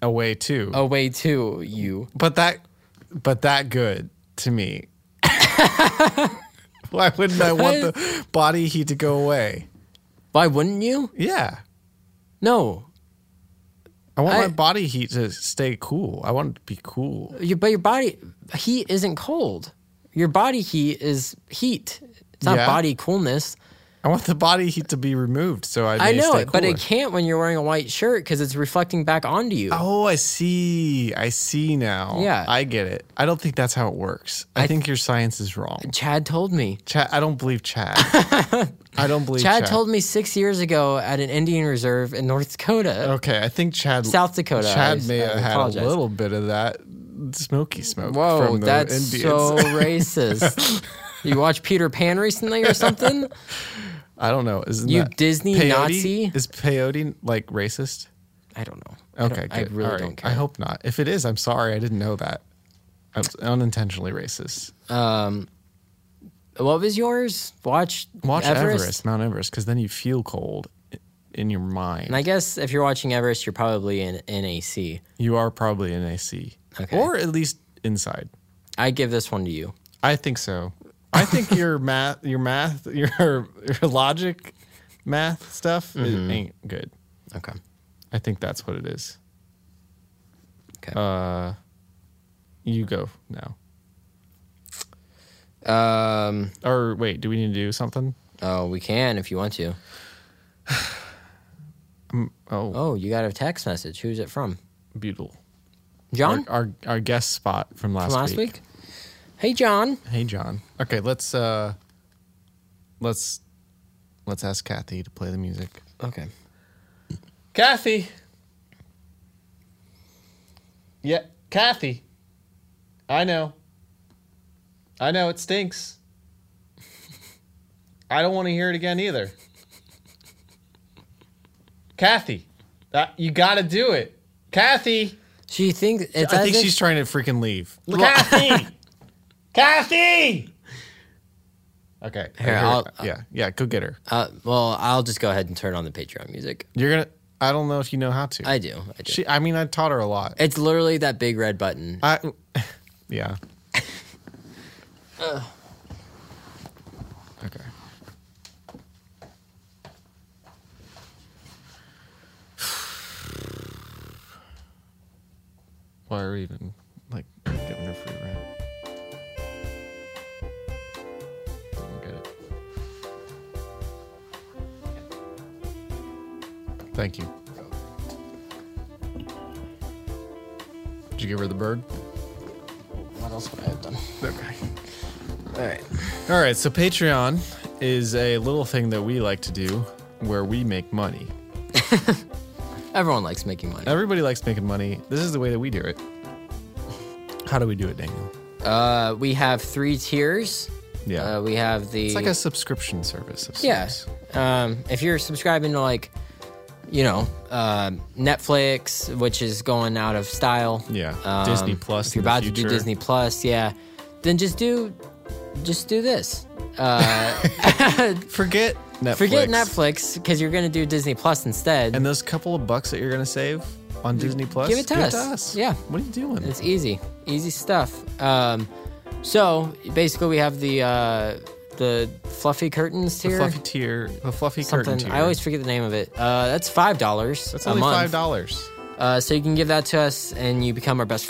Speaker 2: Away too.
Speaker 1: away to you.
Speaker 2: But that but that good to me. Why wouldn't I want the body heat to go away?
Speaker 1: Why wouldn't you?
Speaker 2: Yeah.
Speaker 1: No,
Speaker 2: I want
Speaker 1: I-
Speaker 2: my body heat to stay cool. I want it to be cool.
Speaker 1: your, but your body heat isn't cold. Your body heat is heat. It's not
Speaker 2: Yeah.
Speaker 1: body coolness.
Speaker 2: I want the body heat to be removed so I may
Speaker 1: I know
Speaker 2: stay
Speaker 1: it, but it
Speaker 2: cooler.
Speaker 1: can't when you're wearing a white shirt because it's reflecting back onto you.
Speaker 2: Oh, I see. I see now.
Speaker 1: Yeah.
Speaker 2: I get it. I don't think that's how it works. I, think your science is wrong.
Speaker 1: Chad told me.
Speaker 2: Chad, I don't believe Chad. I don't believe
Speaker 1: Chad told me six years ago at an Indian reserve in North Dakota.
Speaker 2: Okay, I think Chad
Speaker 1: South Dakota.
Speaker 2: Chad
Speaker 1: I-
Speaker 2: may
Speaker 1: I
Speaker 2: have had
Speaker 1: apologize.
Speaker 2: a little bit of that smoky smoke
Speaker 1: Whoa,
Speaker 2: Oh, from the
Speaker 1: that's
Speaker 2: Indians.
Speaker 1: so racist. You watched Peter Pan recently or something?
Speaker 2: I don't know. Isn't
Speaker 1: You
Speaker 2: that-
Speaker 1: Disney
Speaker 2: peyote?
Speaker 1: Nazi?
Speaker 2: Is peyote like racist?
Speaker 1: I don't know.
Speaker 2: Okay,
Speaker 1: I, don't-
Speaker 2: good.
Speaker 1: I really
Speaker 2: All right.
Speaker 1: don't
Speaker 2: I
Speaker 1: care.
Speaker 2: hope not. If it is, I'm sorry. I didn't know that. I was unintentionally racist.
Speaker 1: What was yours? Watch
Speaker 2: Watch Everest,
Speaker 1: Everest?
Speaker 2: Mount Everest, because then you feel cold i- in your mind.
Speaker 1: And I guess if you're watching Everest, you're probably in NAC.
Speaker 2: you are probably in AC,
Speaker 1: Okay.
Speaker 2: or at least inside.
Speaker 1: I give this one to you.
Speaker 2: I think so. I think your math, your math, your your logic, math stuff it
Speaker 1: Mm-hmm.
Speaker 2: ain't good.
Speaker 1: Okay.
Speaker 2: I think that's what it is.
Speaker 1: Okay.
Speaker 2: Uh, you go now.
Speaker 1: Um,
Speaker 2: Or wait, do we need to do something?
Speaker 1: oh, we can if you want to.
Speaker 2: Oh,
Speaker 1: Oh, you got a text message. Who's it from?
Speaker 2: Butel.
Speaker 1: John?
Speaker 2: Our, our our guest spot from uh, last,
Speaker 1: From last week? Hey, John.
Speaker 2: Hey, John. Okay, let's uh, let's let's ask Kathy to play the music.
Speaker 1: Okay.
Speaker 2: Kathy. Yeah, Kathy. I know. I know it stinks. I don't want to hear it again either. Kathy, that, you got to do it. Kathy.
Speaker 1: She thinks it's
Speaker 2: I
Speaker 1: as
Speaker 2: think
Speaker 1: if-
Speaker 2: she's trying to freaking leave.
Speaker 1: Kathy!
Speaker 2: Kathy. Okay.
Speaker 1: Here, I'll-
Speaker 2: yeah, yeah. Go get her.
Speaker 1: Uh, well, I'll just go ahead and turn on the Patreon music.
Speaker 2: You're gonna. I don't know if you know how to.
Speaker 1: I do. I do.
Speaker 2: she, I mean, I taught her a lot.
Speaker 1: it's literally that big red button.
Speaker 2: I, yeah. okay. Why are we even like giving her free rent? I don't get it. Thank you. Did you give her the bird?
Speaker 1: What else would I have done?
Speaker 2: Okay.
Speaker 1: All right.
Speaker 2: All right, so Patreon is a little thing that we like to do where we make money.
Speaker 1: Everyone likes making money.
Speaker 2: Everybody likes making money. This is the way that we do it. How do we do it, Daniel?
Speaker 1: Uh, we have three tiers.
Speaker 2: Yeah.
Speaker 1: Uh, we have the
Speaker 2: it's like a subscription service. of
Speaker 1: Yeah.
Speaker 2: sorts.
Speaker 1: Um, if you're subscribing to like, you know, um Netflix, which is going out of style. Um,
Speaker 2: Yeah. Disney Plus
Speaker 1: If you're
Speaker 2: in the
Speaker 1: about to do
Speaker 2: future.
Speaker 1: Disney Plus, yeah, then just do, just do this.
Speaker 2: Forget Netflix.
Speaker 1: Forget Netflix because you're gonna do Disney Plus instead.
Speaker 2: And those couple of bucks that you're going to save on Disney Plus,
Speaker 1: give it to us. Yeah.
Speaker 2: What are you doing?
Speaker 1: it's easy, easy stuff. Um, so basically, we have the uh, the fluffy curtains
Speaker 2: the
Speaker 1: tier.
Speaker 2: fluffy tier, the fluffy curtain
Speaker 1: Something.
Speaker 2: tier.
Speaker 1: I always forget the name of it. Uh, that's five dollars.
Speaker 2: That's only
Speaker 1: a month.
Speaker 2: $5.
Speaker 1: Uh, so you can give that to us, and you become our best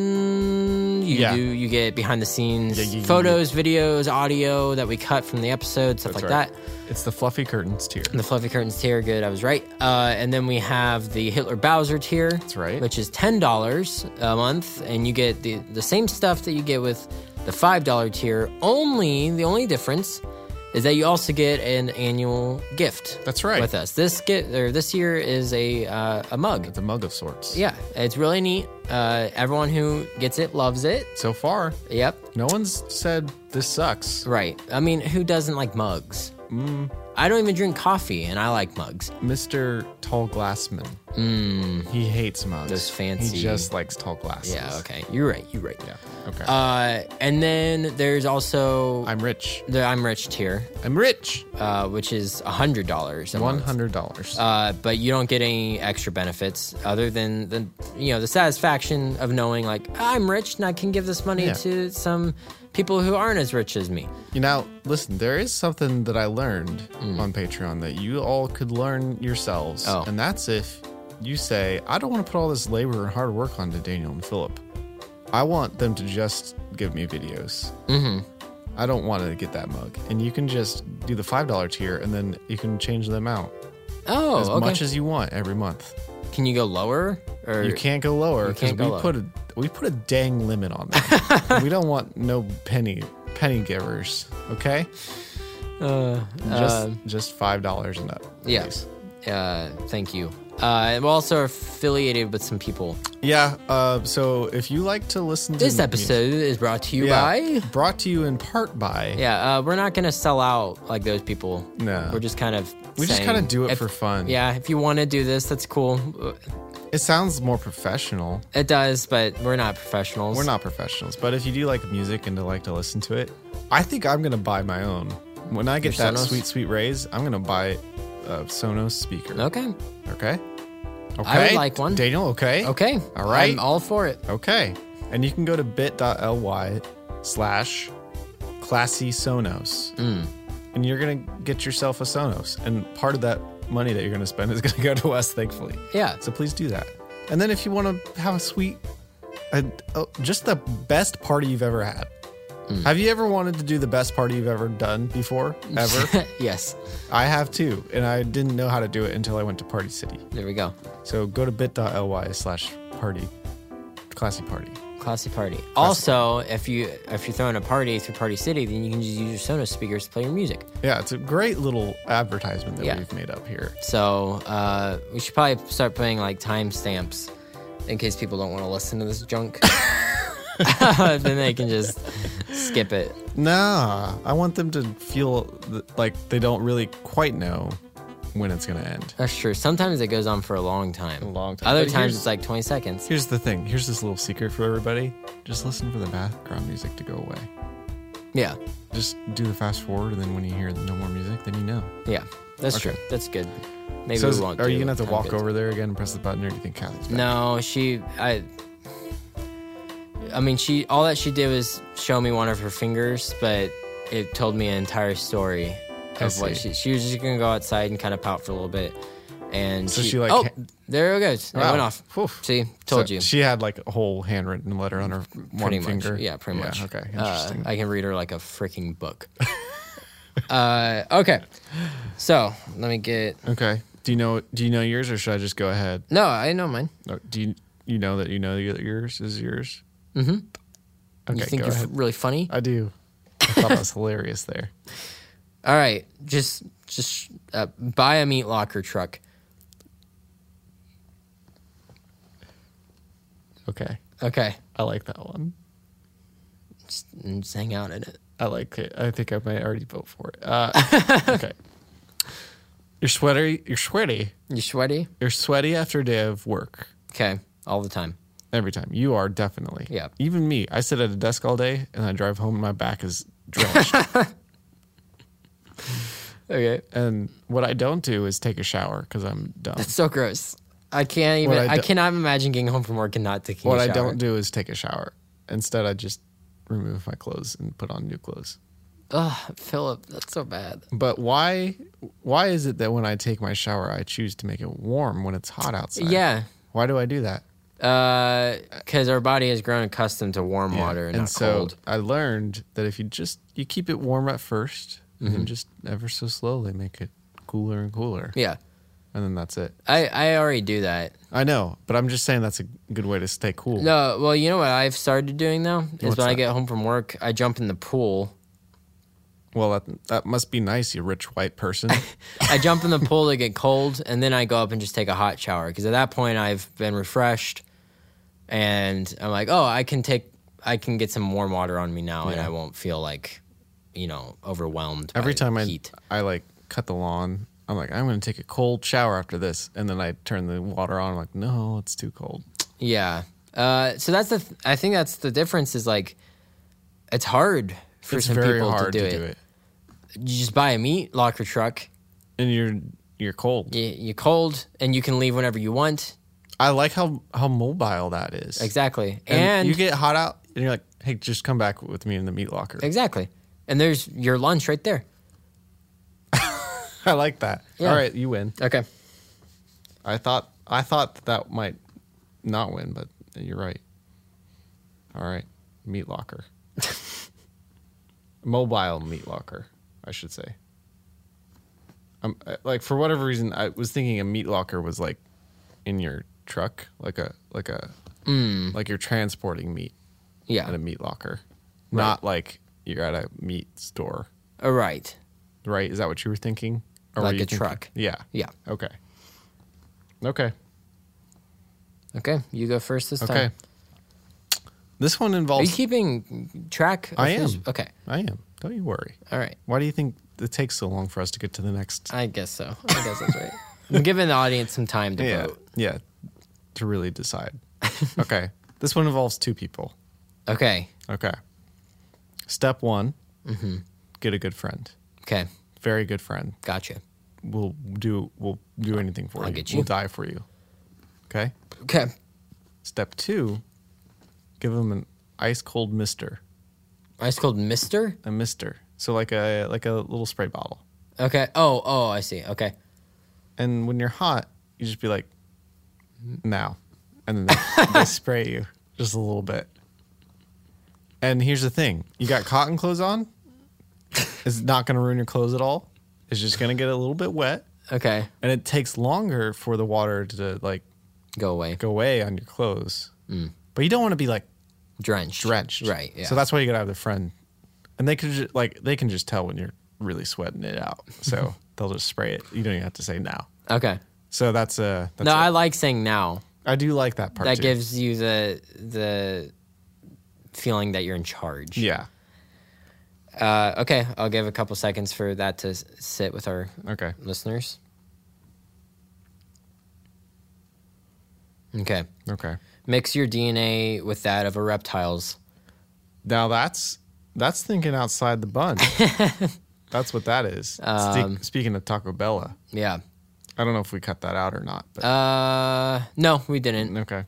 Speaker 1: friend. You
Speaker 2: Yeah.
Speaker 1: do. You get behind the scenes
Speaker 2: Yeah, yeah, yeah,
Speaker 1: photos, videos, audio that we cut from the episode, stuff like that.
Speaker 2: It's the fluffy curtains tier.
Speaker 1: The fluffy curtains tier, good. I was right. Uh, and then we have the Hitler Bowser tier. That's
Speaker 2: right.
Speaker 1: Which is ten dollars a month, and you get the the same stuff that you get with the five dollar tier. Only the only difference is that you also get an annual gift.
Speaker 2: That's right.
Speaker 1: With us, this get or this year is a uh, a mug.
Speaker 2: It's a mug of sorts.
Speaker 1: Yeah, it's really neat. Uh, everyone who gets it loves it.
Speaker 2: So far,
Speaker 1: Yep,
Speaker 2: no one's said this sucks.
Speaker 1: right. I mean, who doesn't like mugs? Mm. I don't even drink coffee, and I like mugs.
Speaker 2: Mr. Tall Glassman. He hates mugs.
Speaker 1: Mm. Those fancy-
Speaker 2: He just likes tall glasses.
Speaker 1: Yeah, okay. You're right. You're right.
Speaker 2: Yeah. Okay.
Speaker 1: Uh, and then there's also
Speaker 2: I'm rich.
Speaker 1: the I'm Rich tier,
Speaker 2: I'm rich.
Speaker 1: uh, which is hundred dollars.
Speaker 2: One hundred dollars.
Speaker 1: Uh, but you don't get any extra benefits other than the you know the satisfaction of knowing like I'm rich and I can give this money
Speaker 2: Yeah.
Speaker 1: to some people who aren't as rich as me.
Speaker 2: you know, listen. There is something that I learned on Patreon that you all could learn yourselves,
Speaker 1: Mm. Oh.
Speaker 2: and that's if you say, "I don't want to put all this labor and hard work onto Daniel and Philip. I want them to just give me videos." Mm-hmm. I don't want to get that mug, and you can just do the five dollar tier, and then you can change them out
Speaker 1: Oh,
Speaker 2: as
Speaker 1: okay.
Speaker 2: much as you want every month.
Speaker 1: can you go lower? Or
Speaker 2: You can't go lower because
Speaker 1: can't
Speaker 2: we
Speaker 1: go lower.
Speaker 2: put a we put a dang limit on that. we don't want no penny penny givers. Okay,
Speaker 1: Uh,
Speaker 2: just just five dollars and up.
Speaker 1: yeah.
Speaker 2: please.
Speaker 1: Uh, thank you. Uh, and we're also affiliated with some people.
Speaker 2: yeah. Uh, so if you like to listen to
Speaker 1: This
Speaker 2: mu-
Speaker 1: episode is brought to you by.
Speaker 2: brought to you in part by,
Speaker 1: Yeah, uh, we're not gonna sell out like those people.
Speaker 2: No.
Speaker 1: we're just kind of.
Speaker 2: we just
Speaker 1: saying,
Speaker 2: kind of do it
Speaker 1: if-
Speaker 2: for fun.
Speaker 1: Yeah, if you want to do this, that's cool.
Speaker 2: it sounds more professional.
Speaker 1: It does, but we're not professionals.
Speaker 2: We're not professionals, but if you do like music and to like to listen to it, I think I'm gonna buy my own. When I get
Speaker 1: Your
Speaker 2: that
Speaker 1: Sonos?
Speaker 2: sweet sweet raise, I'm gonna buy a Sonos speaker.
Speaker 1: Okay.
Speaker 2: Okay. Okay.
Speaker 1: I would like one.
Speaker 2: Daniel, okay?
Speaker 1: Okay.
Speaker 2: All right.
Speaker 1: I'm all for it.
Speaker 2: Okay. And you can go to bit.ly slash classy Sonos.
Speaker 1: Mm.
Speaker 2: And you're going to get yourself a Sonos. And part of that money that you're going to spend is going to go to us, thankfully.
Speaker 1: Yeah.
Speaker 2: So please do that. And then if you want to have a sweet, a, a, just the best party you've ever had.
Speaker 1: Mm.
Speaker 2: Have you ever wanted to do the best party you've ever done before? Ever?
Speaker 1: yes.
Speaker 2: I have too. And I didn't know how to do it until I went to Party City.
Speaker 1: There we go.
Speaker 2: So go to bit.ly slash party, classy party.
Speaker 1: Classy party. Also, if you if you're throwing a party through Party City, then you can just use your Sonos speakers to play your music.
Speaker 2: Yeah, it's a great little advertisement that
Speaker 1: Yeah.
Speaker 2: we've made up here.
Speaker 1: So uh, we should probably start putting like timestamps in case people don't want to listen to this junk. then they can just skip it.
Speaker 2: Nah, I want them to feel th- like they don't really quite know when it's going to end.
Speaker 1: That's true. Sometimes it goes on for a long time. A
Speaker 2: long time.
Speaker 1: Other
Speaker 2: But
Speaker 1: times
Speaker 2: here's-
Speaker 1: it's like 20 seconds.
Speaker 2: Here's the thing. Here's this little secret for everybody. Just listen for the background music to go away.
Speaker 1: Yeah.
Speaker 2: Just do the fast forward, and then when you hear no more music, then you know.
Speaker 1: Yeah. That's
Speaker 2: Okay.
Speaker 1: true. That's good. Maybe
Speaker 2: so
Speaker 1: we
Speaker 2: is-
Speaker 1: won't.
Speaker 2: are
Speaker 1: do
Speaker 2: you gonna have to
Speaker 1: time
Speaker 2: walk
Speaker 1: goods.
Speaker 2: over there again and press the button, or do you think Kathy's back?
Speaker 1: No, she. I. I mean, she. All that she did was show me one of her fingers, but it told me an entire story
Speaker 2: I
Speaker 1: of what
Speaker 2: see.
Speaker 1: she. She was just gonna go outside and kind of pout for a little bit, and
Speaker 2: So she, like,
Speaker 1: oh,
Speaker 2: ha-
Speaker 1: there it goes. It
Speaker 2: Wow.
Speaker 1: went off.
Speaker 2: Whew.
Speaker 1: See, told
Speaker 2: So
Speaker 1: you.
Speaker 2: She had like a whole handwritten letter on her one
Speaker 1: pretty much.
Speaker 2: finger.
Speaker 1: Yeah, pretty much.
Speaker 2: Okay,
Speaker 1: Uh,
Speaker 2: interesting.
Speaker 1: I can read her like a freaking book. uh, okay, so let me get.
Speaker 2: okay. Do you know? Do you know yours, or should I just go ahead?
Speaker 1: No, I know mine.
Speaker 2: No, Do you you know that you know that yours is yours? Mm-hmm. Okay,
Speaker 1: you think
Speaker 2: go
Speaker 1: you're
Speaker 2: ahead.
Speaker 1: really funny?
Speaker 2: I do. I thought that was hilarious there.
Speaker 1: All right, just just uh, buy a meat locker truck.
Speaker 2: Okay,
Speaker 1: Okay,
Speaker 2: I like that one.
Speaker 1: just, and just hang out in it.
Speaker 2: I like it. I think I might already vote for it. Uh, okay. You're sweaty. You're sweaty.
Speaker 1: You sweaty?
Speaker 2: You're sweaty after a day of work.
Speaker 1: Okay, all the time.
Speaker 2: Every time. You are definitely.
Speaker 1: Yeah.
Speaker 2: Even me. I sit at a desk all day and I drive home and my back is drenched.
Speaker 1: Okay,
Speaker 2: and what I don't do is take a shower because I'm dumb.
Speaker 1: it's so gross. I can't even.
Speaker 2: What I
Speaker 1: I,
Speaker 2: do-
Speaker 1: cannot imagine getting home from work and not taking.
Speaker 2: what
Speaker 1: a
Speaker 2: I
Speaker 1: shower.
Speaker 2: don't do is take a shower. Instead, I just remove my clothes and put on new clothes.
Speaker 1: Ugh, Philip, that's so bad.
Speaker 2: But why? Why is it that when I take my shower, I choose to make it warm when it's hot outside?
Speaker 1: Yeah,
Speaker 2: Why do I do that?
Speaker 1: because our body has grown accustomed to warm water and,
Speaker 2: and
Speaker 1: not
Speaker 2: so
Speaker 1: cold.
Speaker 2: I learned that if you just you keep it warm at 1st and then just ever so slowly make it cooler and cooler,
Speaker 1: Mm-hmm. Yeah,
Speaker 2: and then that's it.
Speaker 1: I I already do that.
Speaker 2: I know, but I'm just saying that's a good way to stay cool.
Speaker 1: No, well, you know what I've started doing though is when
Speaker 2: What's
Speaker 1: I
Speaker 2: that?
Speaker 1: get home from work, I jump in the pool.
Speaker 2: Well, that, that must be nice, you rich white person.
Speaker 1: I jump in the pool to get cold, and then I go up and just take a hot shower because at that point I've been refreshed, and I'm like, oh, I can take, I can get some warm water on me now, and I won't feel like, you know, overwhelmed.
Speaker 2: Every
Speaker 1: by
Speaker 2: time I
Speaker 1: heat.
Speaker 2: I like cut the lawn, I'm like I'm going to take a cold shower after this, and then I turn the water on. I'm like, no, it's too cold.
Speaker 1: yeah. Uh, so that's the, th- I think that's the difference is like, it's hard for
Speaker 2: it's
Speaker 1: some
Speaker 2: very
Speaker 1: people
Speaker 2: hard
Speaker 1: to, do, it. You just buy a meat locker truck.
Speaker 2: and you're you're cold.
Speaker 1: You, you're cold, and you can leave whenever you want.
Speaker 2: I like how how mobile that is.
Speaker 1: Exactly, and,
Speaker 2: and, you get hot out and you're like hey just come back with me in the meat locker
Speaker 1: exactly, and there's your lunch right there.
Speaker 2: i like that
Speaker 1: Yeah.
Speaker 2: all right you win
Speaker 1: Okay.
Speaker 2: i thought i thought that, that might not win but you're right all right meat locker mobile meat locker i should say um, I- like for whatever reason i was thinking a meat locker was like in your truck like a like a like you're transporting meat
Speaker 1: Yeah.
Speaker 2: at a meat locker not like you're at a meat store
Speaker 1: All right.
Speaker 2: right? Is that what you were thinking? Or were
Speaker 1: Like
Speaker 2: you
Speaker 1: a truck.
Speaker 2: Yeah.
Speaker 1: Yeah.
Speaker 2: Okay. Okay.
Speaker 1: Okay. You go first this
Speaker 2: Okay.
Speaker 1: time.
Speaker 2: This one
Speaker 1: Are you
Speaker 2: involves.
Speaker 1: keeping track? Of
Speaker 2: I am.
Speaker 1: who's- Okay.
Speaker 2: I am. Don't you worry.
Speaker 1: All right.
Speaker 2: Why do you think it takes so long for us to get to the next?
Speaker 1: I guess so. I guess that's right. I'm giving the audience some time to
Speaker 2: yeah.
Speaker 1: vote.
Speaker 2: Yeah. To really decide. okay. This one involves two people.
Speaker 1: Okay.
Speaker 2: Okay. Step one
Speaker 1: Mm-hmm.
Speaker 2: get a good friend.
Speaker 1: Okay.
Speaker 2: Very good friend.
Speaker 1: Gotcha.
Speaker 2: We'll do, we'll do anything for
Speaker 1: I'll
Speaker 2: you.
Speaker 1: get you.
Speaker 2: We'll die for you. Okay.
Speaker 1: Okay.
Speaker 2: Step two, give them an ice cold mister.
Speaker 1: I just called Mister.
Speaker 2: A mister. So like a like a little spray bottle.
Speaker 1: Okay. Oh. Oh. I see. Okay.
Speaker 2: And when you're hot, you just be like, now. And then they, they spray you just a little bit. And here's the thing you got cotton clothes on. It's not going to ruin your clothes at all. It's just going to get a little bit wet.
Speaker 1: Okay.
Speaker 2: And it takes longer for the water to like
Speaker 1: Go away.
Speaker 2: go away on your clothes. But you don't want to be like
Speaker 1: Drenched.
Speaker 2: drenched.
Speaker 1: Right. Yeah.
Speaker 2: So that's why you gotta have the friend, and they could just, like they can just tell when you're really sweating it out. So they'll just spray it. You don't even have to say now.
Speaker 1: okay.
Speaker 2: So that's uh that's
Speaker 1: No,
Speaker 2: it.
Speaker 1: I like saying now.
Speaker 2: I do like that part.
Speaker 1: That
Speaker 2: too.
Speaker 1: gives you the the feeling that you're in charge.
Speaker 2: yeah.
Speaker 1: Uh, okay. I'll give a couple seconds for that to s- sit with our
Speaker 2: Okay.
Speaker 1: listeners. Okay.
Speaker 2: Okay.
Speaker 1: Mix your DNA with that of a reptile's.
Speaker 2: Now that's that's thinking outside the bun. That's what that is. Ste-
Speaker 1: Um,
Speaker 2: Speaking of Taco Bella,
Speaker 1: yeah.
Speaker 2: I don't know if we cut that out or not. But
Speaker 1: Uh, no, we didn't.
Speaker 2: okay.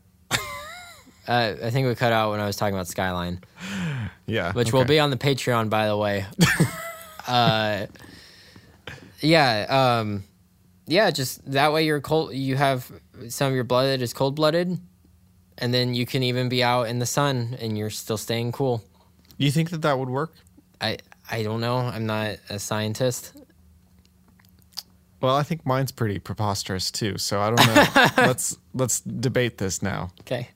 Speaker 1: Uh, I think we cut out when I was talking about Skyline,
Speaker 2: Yeah.
Speaker 1: which will be on the Patreon, by the way. uh, yeah. Um, yeah. Just that way, you're cold. You have some of your blood that is cold blooded, and then you can even be out in the sun and you're still staying cool.
Speaker 2: You think that that would work?
Speaker 1: I I don't know. I'm not a scientist.
Speaker 2: Well, I think mine's pretty preposterous too. So I don't know. let's let's debate this now.
Speaker 1: Okay.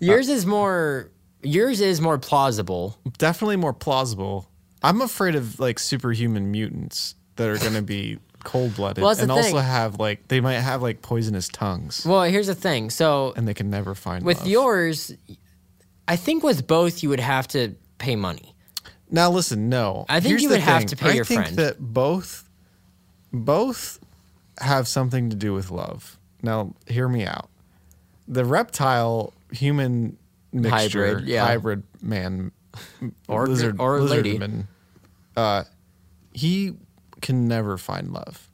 Speaker 1: Yours is more. Yours is more plausible.
Speaker 2: Definitely more plausible. I'm afraid of like superhuman mutants that are going to be cold blooded
Speaker 1: Well, that's the
Speaker 2: and also
Speaker 1: thing.
Speaker 2: have like they might have like poisonous tongues
Speaker 1: Well, here's the thing. So
Speaker 2: and they can never find
Speaker 1: with
Speaker 2: love.
Speaker 1: yours, I think with both you would have to pay money.
Speaker 2: Now listen, no.
Speaker 1: I think
Speaker 2: Here's
Speaker 1: you
Speaker 2: the
Speaker 1: would have
Speaker 2: thing.
Speaker 1: to pay
Speaker 2: I
Speaker 1: your
Speaker 2: think
Speaker 1: friend.
Speaker 2: that both both have something to do with love. Now hear me out. The reptile human mixture,
Speaker 1: Hybrid, yeah.
Speaker 2: hybrid man
Speaker 1: Or-
Speaker 2: lizard
Speaker 1: or
Speaker 2: lizard
Speaker 1: lady.
Speaker 2: man, uh, he can never find love.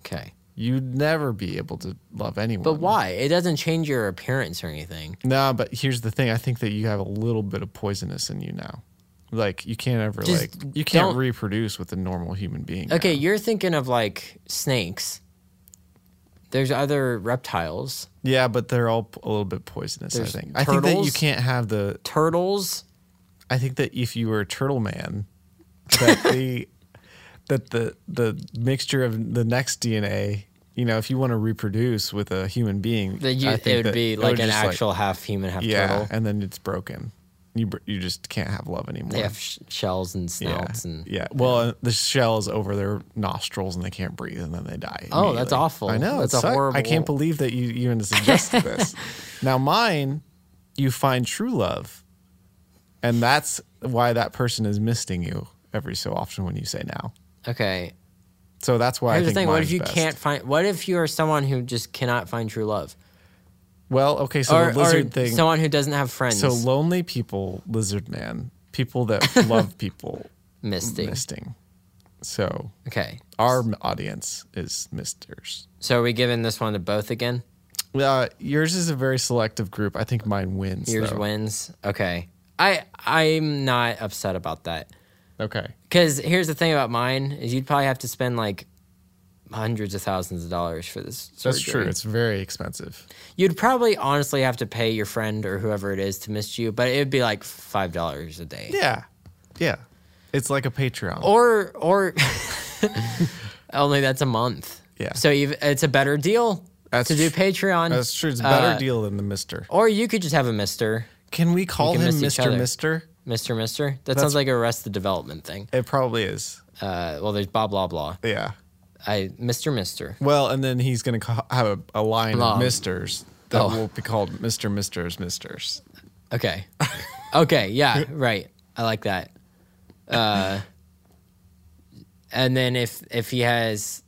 Speaker 1: Okay.
Speaker 2: You'd never be able to love anyone.
Speaker 1: But why? It doesn't change your appearance or anything.
Speaker 2: No, but here's the thing. I think that you have a little bit of poisonous in you now. Like you can't ever
Speaker 1: Just
Speaker 2: like you can't
Speaker 1: don't-
Speaker 2: reproduce with a normal human being.
Speaker 1: Okay,
Speaker 2: now.
Speaker 1: you're thinking of like snakes. There's other reptiles,
Speaker 2: Yeah, but they're all p- a little bit poisonous. I
Speaker 1: There's
Speaker 2: think. I think that you
Speaker 1: turtles.
Speaker 2: can't have the.
Speaker 1: turtles.
Speaker 2: I think that if you were a turtle man, that the that the the mixture of the next DNA, you know, if you want to reproduce with a human being,
Speaker 1: That you,
Speaker 2: I
Speaker 1: it
Speaker 2: think
Speaker 1: would
Speaker 2: that
Speaker 1: be
Speaker 2: it
Speaker 1: like
Speaker 2: would
Speaker 1: an
Speaker 2: just,
Speaker 1: actual half human, half
Speaker 2: yeah,
Speaker 1: turtle.
Speaker 2: and then it's broken. You br- you just can't have love anymore.
Speaker 1: They have sh- shells and snouts and
Speaker 2: yeah. Well, uh, the shell is over their nostrils and they can't breathe and then they die.
Speaker 1: Oh, that's
Speaker 2: immediately.
Speaker 1: awful.
Speaker 2: I know.
Speaker 1: That's
Speaker 2: it
Speaker 1: a
Speaker 2: sucked. I
Speaker 1: horrible-
Speaker 2: can't believe that you you even suggested this. Now, mine, you find true love, and that's why that person is misting you every so often when you say now.
Speaker 1: Okay.
Speaker 2: So that's why
Speaker 1: Here's
Speaker 2: I
Speaker 1: the
Speaker 2: think
Speaker 1: thing: What if
Speaker 2: mine's
Speaker 1: you
Speaker 2: best.
Speaker 1: can't find? What if you are someone who just cannot find true love,
Speaker 2: Well, okay. So
Speaker 1: or,
Speaker 2: the
Speaker 1: or
Speaker 2: lizard thing.
Speaker 1: someone who doesn't have friends?
Speaker 2: so lonely people, lizard man, people that love people,
Speaker 1: misting.
Speaker 2: misting. So
Speaker 1: Okay.
Speaker 2: our audience is misters.
Speaker 1: So are we giving this one to both again?
Speaker 2: Uh, yours is a very selective group. I think mine wins.
Speaker 1: Yours
Speaker 2: though.
Speaker 1: wins. Okay. I I'm not upset about that.
Speaker 2: Okay.
Speaker 1: Cause here's the thing about mine is you'd probably have to spend like hundreds of thousands of dollars for this.
Speaker 2: That's
Speaker 1: surgery.
Speaker 2: true. It's very expensive.
Speaker 1: You'd probably honestly have to pay your friend or whoever it is to mist you, but it would be like five dollars a day.
Speaker 2: Yeah. Yeah. It's like a Patreon.
Speaker 1: Or or only that's a month.
Speaker 2: Yeah.
Speaker 1: So you've, it's a better deal
Speaker 2: That's
Speaker 1: to do
Speaker 2: tr-
Speaker 1: Patreon.
Speaker 2: That's true. It's a better
Speaker 1: Uh,
Speaker 2: deal than the Mister.
Speaker 1: Or you could just have a Mister,
Speaker 2: Can we call
Speaker 1: can
Speaker 2: him
Speaker 1: miss each
Speaker 2: Mr.
Speaker 1: other.
Speaker 2: Mister?
Speaker 1: Mister, Mister. That sounds like a Arrested Development thing.
Speaker 2: It probably is.
Speaker 1: Uh, well, there's blah blah blah.
Speaker 2: Yeah.
Speaker 1: I Mister, Mister.
Speaker 2: Well, and then he's going to ca- have a, a line
Speaker 1: Long.
Speaker 2: of Misters that
Speaker 1: Oh.
Speaker 2: will be called Mr. Mister's Misters.
Speaker 1: Okay. okay. Yeah. Right. I like that. Uh, and then if if he has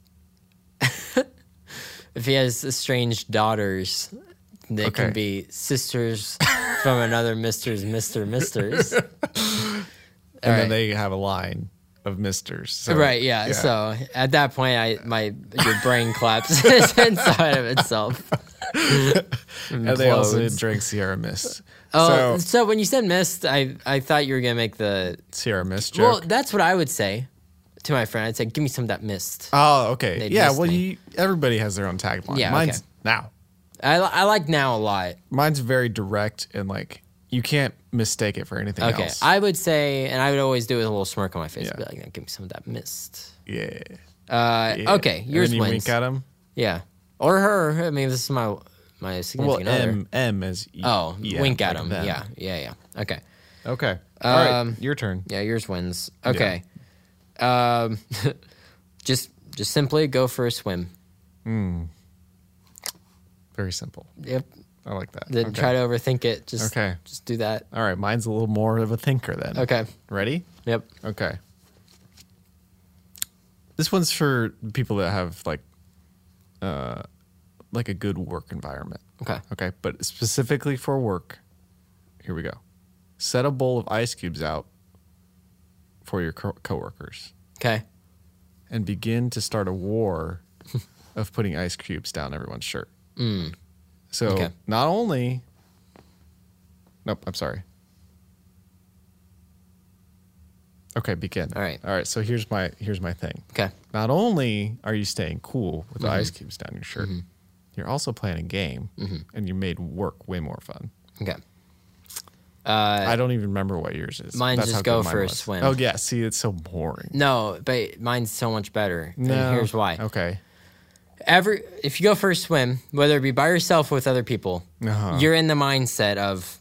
Speaker 1: if he has estranged daughters, they
Speaker 2: Okay.
Speaker 1: can be sisters from another Mister's Mister Mister's.
Speaker 2: And
Speaker 1: All
Speaker 2: then
Speaker 1: right.
Speaker 2: they have a line of Misters. So,
Speaker 1: right. Yeah. So at that point, I my your brain collapses inside of itself.
Speaker 2: and they also
Speaker 1: clothes.
Speaker 2: drink Sierra Mist.
Speaker 1: Oh, so,
Speaker 2: so,
Speaker 1: when you said mist, I I thought you were gonna make the
Speaker 2: Sierra Mist joke.
Speaker 1: well. That's what I would say to my friend. I'd say, "Give me some of that mist."
Speaker 2: Oh, okay.
Speaker 1: They'd
Speaker 2: yeah.
Speaker 1: miss
Speaker 2: Well,
Speaker 1: me.
Speaker 2: you, everybody has their own tagline.
Speaker 1: Yeah,
Speaker 2: Mine's
Speaker 1: okay.
Speaker 2: now.
Speaker 1: I, I like now a lot.
Speaker 2: Mine's very direct and like you can't mistake it for anything
Speaker 1: Okay,
Speaker 2: else.
Speaker 1: I would say, and I would always do it with a little smirk on my face.
Speaker 2: Yeah.
Speaker 1: Be like, "Now give me some of that mist.
Speaker 2: yeah.
Speaker 1: Uh,
Speaker 2: yeah.
Speaker 1: Okay,
Speaker 2: And
Speaker 1: yours
Speaker 2: then you
Speaker 1: wins.
Speaker 2: wink at him.
Speaker 1: yeah, or her. I mean, this is my my
Speaker 2: Well,
Speaker 1: significant other.
Speaker 2: M M is y-
Speaker 1: oh,
Speaker 2: yeah,
Speaker 1: wink at
Speaker 2: like
Speaker 1: him.
Speaker 2: them.
Speaker 1: Yeah, yeah, yeah. Okay,
Speaker 2: Okay. All right.
Speaker 1: Um,
Speaker 2: Your turn.
Speaker 1: yeah, yours wins. Okay, um, just just simply go for a swim.
Speaker 2: Very simple.
Speaker 1: Yep.
Speaker 2: I like that.
Speaker 1: Then
Speaker 2: okay.
Speaker 1: try to overthink it. Just
Speaker 2: Okay.
Speaker 1: Just do that.
Speaker 2: All right. Mine's a little more of a thinker then.
Speaker 1: Okay.
Speaker 2: Ready?
Speaker 1: Yep.
Speaker 2: Okay. This one's for people that have like, uh, like a good work environment.
Speaker 1: Okay.
Speaker 2: Okay, but specifically for work, here we go. Set a bowl of ice cubes out for your co- coworkers.
Speaker 1: Okay.
Speaker 2: and begin to start a war of putting ice cubes down everyone's shirt. So
Speaker 1: Mm. Okay.
Speaker 2: not only. Nope, I'm sorry. Okay, begin.
Speaker 1: All right.
Speaker 2: All right. So here's my here's my thing.
Speaker 1: Okay.
Speaker 2: Not only are you staying cool with
Speaker 1: Mm-hmm.
Speaker 2: the ice cubes down your shirt, you're also playing a game, and you made work way more fun.
Speaker 1: Okay.
Speaker 2: I don't even remember what yours is.
Speaker 1: Mine
Speaker 2: That's
Speaker 1: just
Speaker 2: how good
Speaker 1: go
Speaker 2: mine
Speaker 1: for a
Speaker 2: was.
Speaker 1: swim.
Speaker 2: Oh yeah, see, it's so boring.
Speaker 1: No, but mine's so much better.
Speaker 2: No.
Speaker 1: And here's why.
Speaker 2: Okay.
Speaker 1: Every if you go for a swim, whether it be by yourself or with other people,
Speaker 2: Uh-huh.
Speaker 1: you're in the mindset of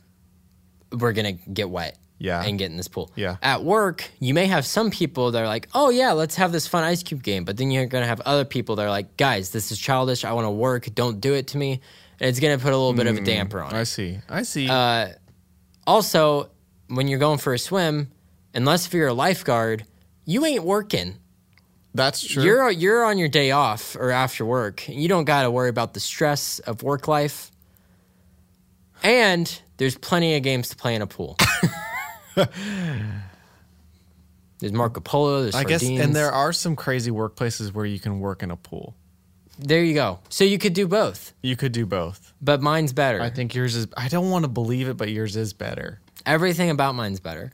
Speaker 1: we're gonna get wet.
Speaker 2: Yeah.
Speaker 1: And get in this pool.
Speaker 2: Yeah.
Speaker 1: At work, you may have some people that are like, Oh yeah, let's have this fun ice cube game. But then you're gonna have other people that are like, guys, this is childish, I wanna work, don't do it to me. And it's gonna put a little bit
Speaker 2: Hmm.
Speaker 1: of a damper on it.
Speaker 2: I see. I see.
Speaker 1: Uh, also, when you're going for a swim, unless if you're a lifeguard, you ain't working.
Speaker 2: That's true.
Speaker 1: You're you're on your day off or after work. You don't got to worry about the stress of work life. And there's plenty of games to play in a pool. there's Marco Polo. There's
Speaker 2: I guess,
Speaker 1: sardines.
Speaker 2: and there are some crazy workplaces where you can work in a pool.
Speaker 1: There you go. So you could do both,
Speaker 2: You could do both.
Speaker 1: but mine's better.
Speaker 2: I think yours is. I don't want to believe it, but yours is better.
Speaker 1: Everything about mine's better.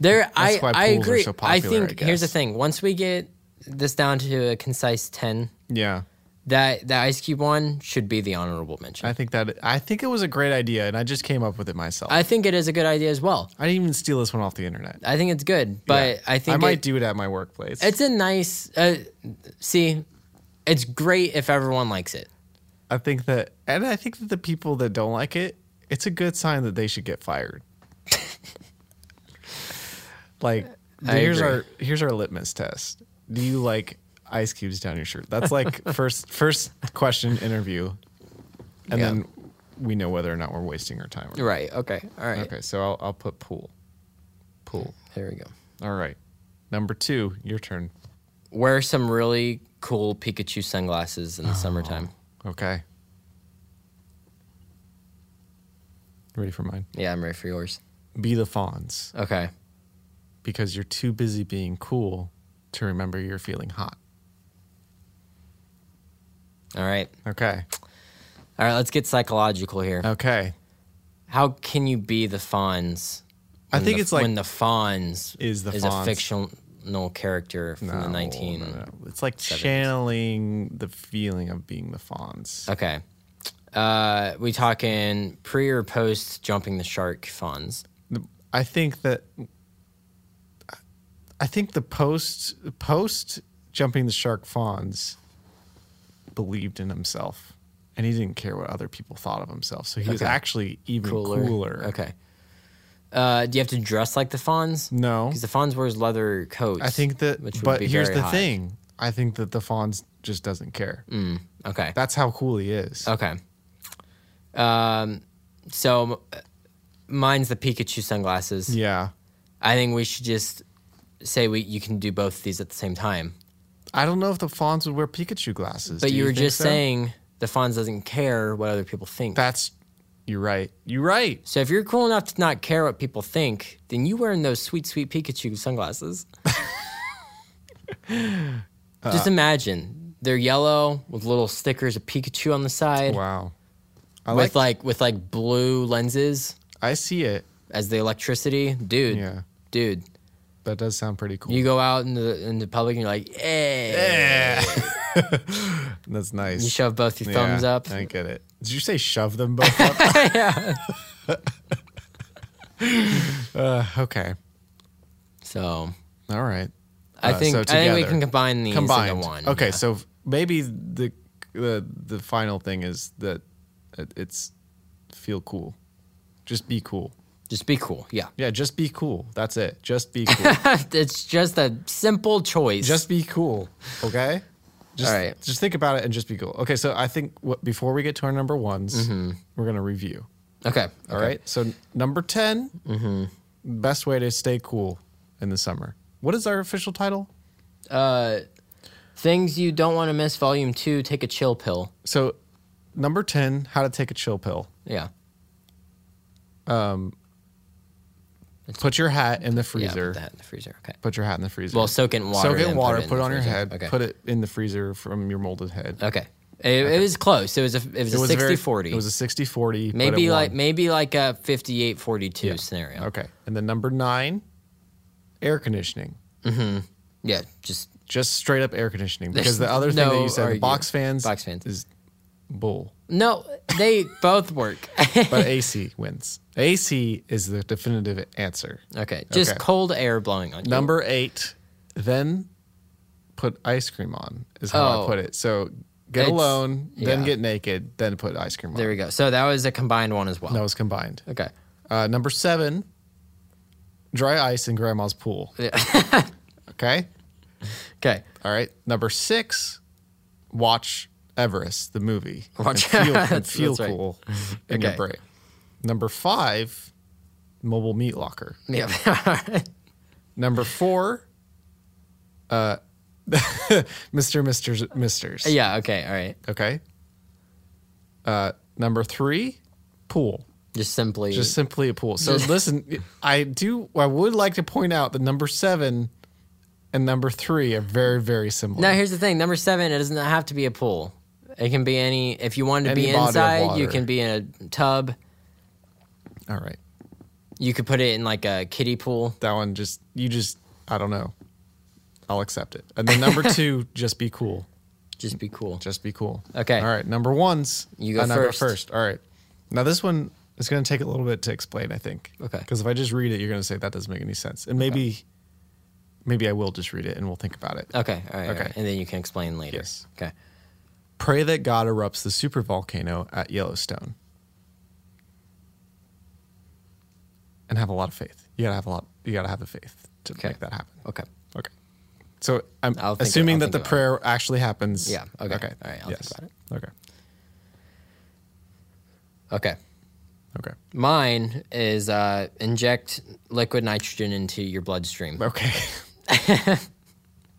Speaker 1: There, I
Speaker 2: why
Speaker 1: I
Speaker 2: pools are
Speaker 1: agree.
Speaker 2: so
Speaker 1: I
Speaker 2: popular,
Speaker 1: think
Speaker 2: I
Speaker 1: here's the
Speaker 2: guess.
Speaker 1: thing. Once we get this down to a concise ten,
Speaker 2: Yeah,
Speaker 1: that that Ice Cube one should be the honorable mention.
Speaker 2: I think that. I think it was a great idea, and I just came up with it myself. I,
Speaker 1: I think it is a good idea as well.
Speaker 2: didn't even steal this one off the internet.
Speaker 1: I think it's good, but
Speaker 2: Yeah.
Speaker 1: I think
Speaker 2: I might
Speaker 1: it-
Speaker 2: do it at my workplace.
Speaker 1: it's a nice. Uh, see, it's great if everyone likes it.
Speaker 2: I think that, and I think that the people that don't like it, it's a good sign that they should get fired. like
Speaker 1: I
Speaker 2: here's
Speaker 1: agree.
Speaker 2: our here's our litmus test. Do you like ice cubes down your shirt? That's like first first question interview, and
Speaker 1: Yeah.
Speaker 2: then we know whether or not we're wasting our time. Or not.
Speaker 1: Right. Okay. All right.
Speaker 2: Okay, so I'll I'll put pool, pool.
Speaker 1: There we go.
Speaker 2: All right, number two, your turn.
Speaker 1: Wear some really cool Pikachu sunglasses
Speaker 2: Oh.
Speaker 1: in the summertime.
Speaker 2: Okay. Ready for mine?
Speaker 1: Yeah, I'm ready for yours.
Speaker 2: Be the fawns.
Speaker 1: Okay.
Speaker 2: because you're too busy being cool to remember you're feeling hot.
Speaker 1: All right.
Speaker 2: Okay.
Speaker 1: All right. Let's get psychological here.
Speaker 2: Okay.
Speaker 1: How can you be the Fonz?
Speaker 2: I
Speaker 1: when
Speaker 2: think
Speaker 1: the-
Speaker 2: it's like
Speaker 1: when the Fonz
Speaker 2: Is the
Speaker 1: is
Speaker 2: Fonz.
Speaker 1: a fictional character from the 19.
Speaker 2: Oh, no, no. It's like channeling the feeling of being the fawns.
Speaker 1: Okay. Uh, we talking pre or post jumping the shark Fonz?
Speaker 2: I think that I think the post post jumping the shark fawns believed in himself and he didn't care what other people thought of himself. So he was
Speaker 1: Okay.
Speaker 2: actually even
Speaker 1: Cooler.
Speaker 2: cooler.
Speaker 1: Okay. Uh, do you have to dress like the Fonz?
Speaker 2: No.
Speaker 1: Because the Fonz wears leather coats.
Speaker 2: I think that
Speaker 1: which would
Speaker 2: but
Speaker 1: be
Speaker 2: here's
Speaker 1: very
Speaker 2: the
Speaker 1: hot. Mm.
Speaker 2: thing. I think that the fawns just doesn't care.
Speaker 1: Okay.
Speaker 2: That's how cool he is.
Speaker 1: Okay. Um, so uh, mine's the Pikachu sunglasses.
Speaker 2: Yeah.
Speaker 1: I think we should just say we you can do both of these at the same time.
Speaker 2: I don't know if the fawns would wear Pikachu glasses.
Speaker 1: But
Speaker 2: Do
Speaker 1: you, were
Speaker 2: think
Speaker 1: just
Speaker 2: so?
Speaker 1: saying the Fonz doesn't care what other people think.
Speaker 2: that's you're right. You're right.
Speaker 1: So if you're cool enough to not care what people think, then you wearing those sweet, sweet Pikachu sunglasses. Just imagine they're yellow with little stickers of Pikachu on the side,
Speaker 2: Wow. I
Speaker 1: with
Speaker 2: like,
Speaker 1: like with like blue lenses
Speaker 2: I see it.
Speaker 1: as the electricity, dude.
Speaker 2: Yeah.
Speaker 1: Dude,
Speaker 2: That does sound pretty cool.
Speaker 1: you go out in the in the public and you're like, hey.
Speaker 2: yeah. that's nice.
Speaker 1: You shove both your
Speaker 2: Yeah,
Speaker 1: thumbs up.
Speaker 2: I get it. Did you say shove them both up?
Speaker 1: yeah.
Speaker 2: uh, okay.
Speaker 1: So
Speaker 2: All right.
Speaker 1: I
Speaker 2: Uh,
Speaker 1: think
Speaker 2: so
Speaker 1: I think we
Speaker 2: together.
Speaker 1: can combine these
Speaker 2: combined.
Speaker 1: into one.
Speaker 2: Okay,
Speaker 1: yeah.
Speaker 2: so maybe the the the final thing is that it- it's feel cool. Just be cool.
Speaker 1: just be cool. Yeah.
Speaker 2: Yeah, just be cool. That's it. Just be cool.
Speaker 1: it's just a simple choice.
Speaker 2: just be cool. Okay. Just,
Speaker 1: All right.
Speaker 2: Just think about it and just be cool. Okay. So I think what, before we get to our number ones, we're gonna review.
Speaker 1: Mm-hmm. okay. Mm-hmm.
Speaker 2: All right. So number 10 best way to stay cool in the summer. What is our official title?
Speaker 1: Things you don't want to miss, volume two, take a chill pill.
Speaker 2: So number ten, how to take a chill pill.
Speaker 1: Yeah. Um
Speaker 2: Put your hat in the freezer.
Speaker 1: Yeah, put
Speaker 2: put,
Speaker 1: that in the freezer. Okay.
Speaker 2: your hat in the freezer.
Speaker 1: Well, soak it in water.
Speaker 2: soak it in
Speaker 1: and
Speaker 2: water. Put
Speaker 1: in
Speaker 2: it,
Speaker 1: the
Speaker 2: on your
Speaker 1: freezer.
Speaker 2: head.
Speaker 1: Okay.
Speaker 2: Put it in the freezer from your molded head.
Speaker 1: okay. It, it was close. It was a it was
Speaker 2: It
Speaker 1: a
Speaker 2: was a very-
Speaker 1: 60 40.
Speaker 2: It was a 60 40.
Speaker 1: maybe like maybe like a 58 42 scenario.
Speaker 2: Okay. And then number nine, air conditioning.
Speaker 1: Yeah, just
Speaker 2: Just straight up air conditioning. Because
Speaker 1: There's
Speaker 2: the other thing that
Speaker 1: no
Speaker 2: you said, the
Speaker 1: argument.
Speaker 2: box fans,
Speaker 1: Box fans.
Speaker 2: is bull.
Speaker 1: no, they both work.
Speaker 2: But AC wins. AC is the definitive answer.
Speaker 1: okay, just
Speaker 2: Okay.
Speaker 1: cold air blowing on you.
Speaker 2: Number eight, then put ice cream on, is how
Speaker 1: Oh.
Speaker 2: I put it. So get
Speaker 1: It's-
Speaker 2: alone,
Speaker 1: yeah.
Speaker 2: then get naked, then put ice cream on.
Speaker 1: There we go. So that was a combined one as well.
Speaker 2: That was combined.
Speaker 1: Okay.
Speaker 2: Uh, number seven, dry ice in grandma's pool. okay.
Speaker 1: Okay.
Speaker 2: All right. Number six, watch Everest, the movie.
Speaker 1: Watch-
Speaker 2: and feel, and
Speaker 1: That's-
Speaker 2: feel
Speaker 1: that's right.
Speaker 2: cool in your
Speaker 1: Okay.
Speaker 2: brain. Number five, mobile meat locker.
Speaker 1: Yeah.
Speaker 2: Number four, uh, Mr. Misters, Misters.
Speaker 1: yeah. Okay. All right.
Speaker 2: Okay. Uh, number three, pool.
Speaker 1: Just simply.
Speaker 2: Just simply a pool. So listen, I do. I would like to point out that number seven and number three are very, very similar.
Speaker 1: now, here's the thing. Number seven. It doesn't have to be a pool. It can be any. If you wanted to
Speaker 2: Any
Speaker 1: be
Speaker 2: body of
Speaker 1: inside, you
Speaker 2: water.
Speaker 1: can be in a tub.
Speaker 2: All right,
Speaker 1: You could put it in like a kiddie pool.
Speaker 2: that one just you just I don't know. I'll accept it. And then number two, just be cool.
Speaker 1: Just be cool.
Speaker 2: Just be cool.
Speaker 1: Okay.
Speaker 2: All right. Number one's
Speaker 1: You go
Speaker 2: I number
Speaker 1: first.
Speaker 2: first. All right. Now this one is going to take a little bit to explain. I think.
Speaker 1: Okay.
Speaker 2: Because if I just read it, you're going to say that doesn't make any sense, and maybe, maybe I will just read it and we'll think about it.
Speaker 1: Okay. All right. all
Speaker 2: Okay.
Speaker 1: right. And then you can explain later.
Speaker 2: Yes.
Speaker 1: Okay.
Speaker 2: Pray that God erupts the super volcano at Yellowstone. And have a lot of faith. You gotta have a lot. You gotta have the faith to
Speaker 1: Okay.
Speaker 2: make that happen.
Speaker 1: Okay.
Speaker 2: Okay. So I'm
Speaker 1: I'll think-
Speaker 2: assuming
Speaker 1: I'll
Speaker 2: that
Speaker 1: think
Speaker 2: the
Speaker 1: about it.
Speaker 2: prayer actually happens.
Speaker 1: Yeah, okay.
Speaker 2: Okay.
Speaker 1: All right, I'll think about
Speaker 2: it. Okay.
Speaker 1: Okay.
Speaker 2: Okay.
Speaker 1: Mine is uh, inject liquid nitrogen into your bloodstream.
Speaker 2: Okay.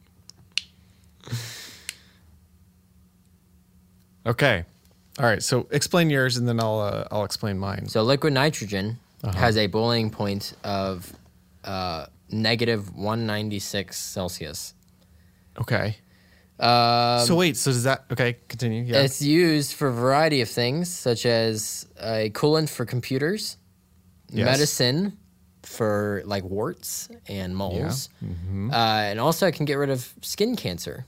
Speaker 2: okay. All right. So explain yours, and then I'll uh, I'll explain mine.
Speaker 1: So liquid nitrogen has a boiling point of uh, negative 196 Celsius.
Speaker 2: Okay. Uh, so wait. So does that? Okay. Continue. Yeah.
Speaker 1: Um, It's used for a variety of things, such as a coolant for computers,
Speaker 2: Yes.
Speaker 1: medicine for like warts and moles,
Speaker 2: Mm-hmm.
Speaker 1: uh, and also it can get rid of skin cancer,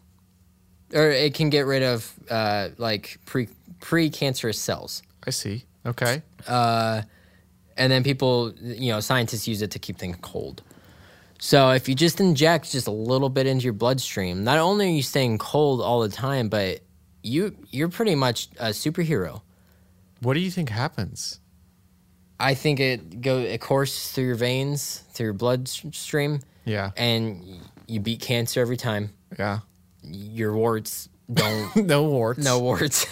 Speaker 1: or it can get rid of uh, like pre precancerous cells.
Speaker 2: I see. Okay.
Speaker 1: and then people you know scientists use it to keep things cold so if you just inject just a little bit into your bloodstream not only are you staying cold all the time but you you're pretty much a superhero
Speaker 2: What do you think happens?
Speaker 1: i think it go it courses through your veins through your bloodstream
Speaker 2: Yeah.
Speaker 1: and y- you beat cancer every time
Speaker 2: Yeah.
Speaker 1: your warts don't
Speaker 2: no warts.
Speaker 1: no warts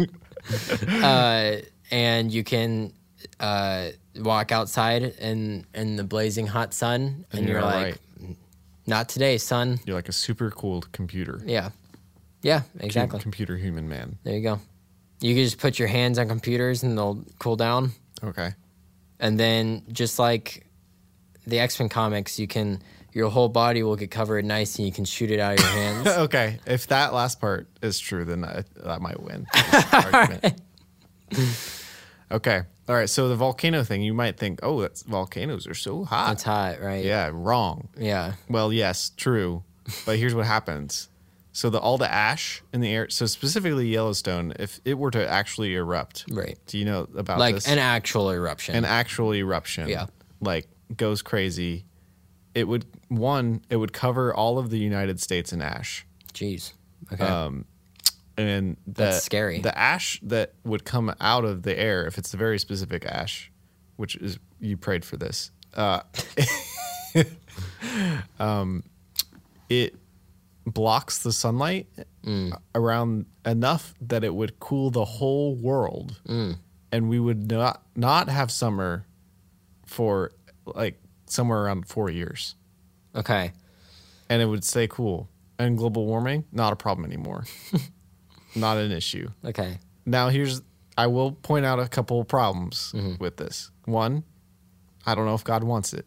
Speaker 1: uh, and you can uh, walk outside in in the blazing hot sun and, you're,
Speaker 2: you're
Speaker 1: like not today son
Speaker 2: You're like a super cool computer.
Speaker 1: yeah yeah
Speaker 2: Hum-
Speaker 1: exactly
Speaker 2: Computer human man.
Speaker 1: there you go you can just put your hands on computers and they'll cool down
Speaker 2: Okay.
Speaker 1: and then just like the x-men comics you can your whole body will get covered nice and you can shoot it out of your hands
Speaker 2: Okay. If that last part is true, then I, that might win. this argument. okay. All right. So the volcano thing, you might think, oh, that's, volcanoes are so hot.
Speaker 1: it's hot right
Speaker 2: yeah. Wrong.
Speaker 1: yeah
Speaker 2: Well, yes, true. But here's what happens. So the all the ash in the air, so specifically Yellowstone, if it were to actually erupt,
Speaker 1: Right.
Speaker 2: Do you know about
Speaker 1: like
Speaker 2: this?
Speaker 1: an actual eruption
Speaker 2: an actual eruption
Speaker 1: Yeah.
Speaker 2: like goes crazy it would one it would cover all of the united states in ash
Speaker 1: jeez okay
Speaker 2: um, and the,
Speaker 1: That's scary.
Speaker 2: the ash that would come out of the air if it's a very specific ash which is you prayed for this uh, um, it blocks the sunlight
Speaker 1: Mm.
Speaker 2: around enough that it would cool the whole world
Speaker 1: Mm.
Speaker 2: and we would not not have summer for like somewhere around four years
Speaker 1: okay
Speaker 2: and it would stay cool and global warming not a problem anymore not an issue
Speaker 1: okay
Speaker 2: now here's I will point out a couple of problems with this. One, I don't know if God wants it.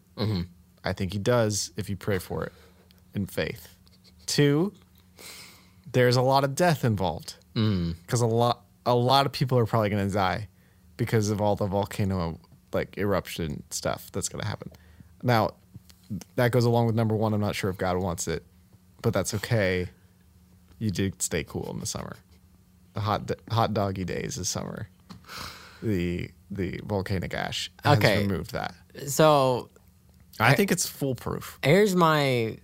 Speaker 2: I think He does if you pray for it in faith. Two, there's a lot of death involved because a lot a lot of people are probably going to die because of all the volcano like eruption stuff that's going to happen. Now, that goes along with number one. I'm not sure if God wants it, but that's okay. You did stay cool in the summer. The hot hot doggy days is summer. The the volcanic ash has
Speaker 1: Okay.
Speaker 2: removed that.
Speaker 1: So
Speaker 2: I think it's foolproof.
Speaker 1: here's my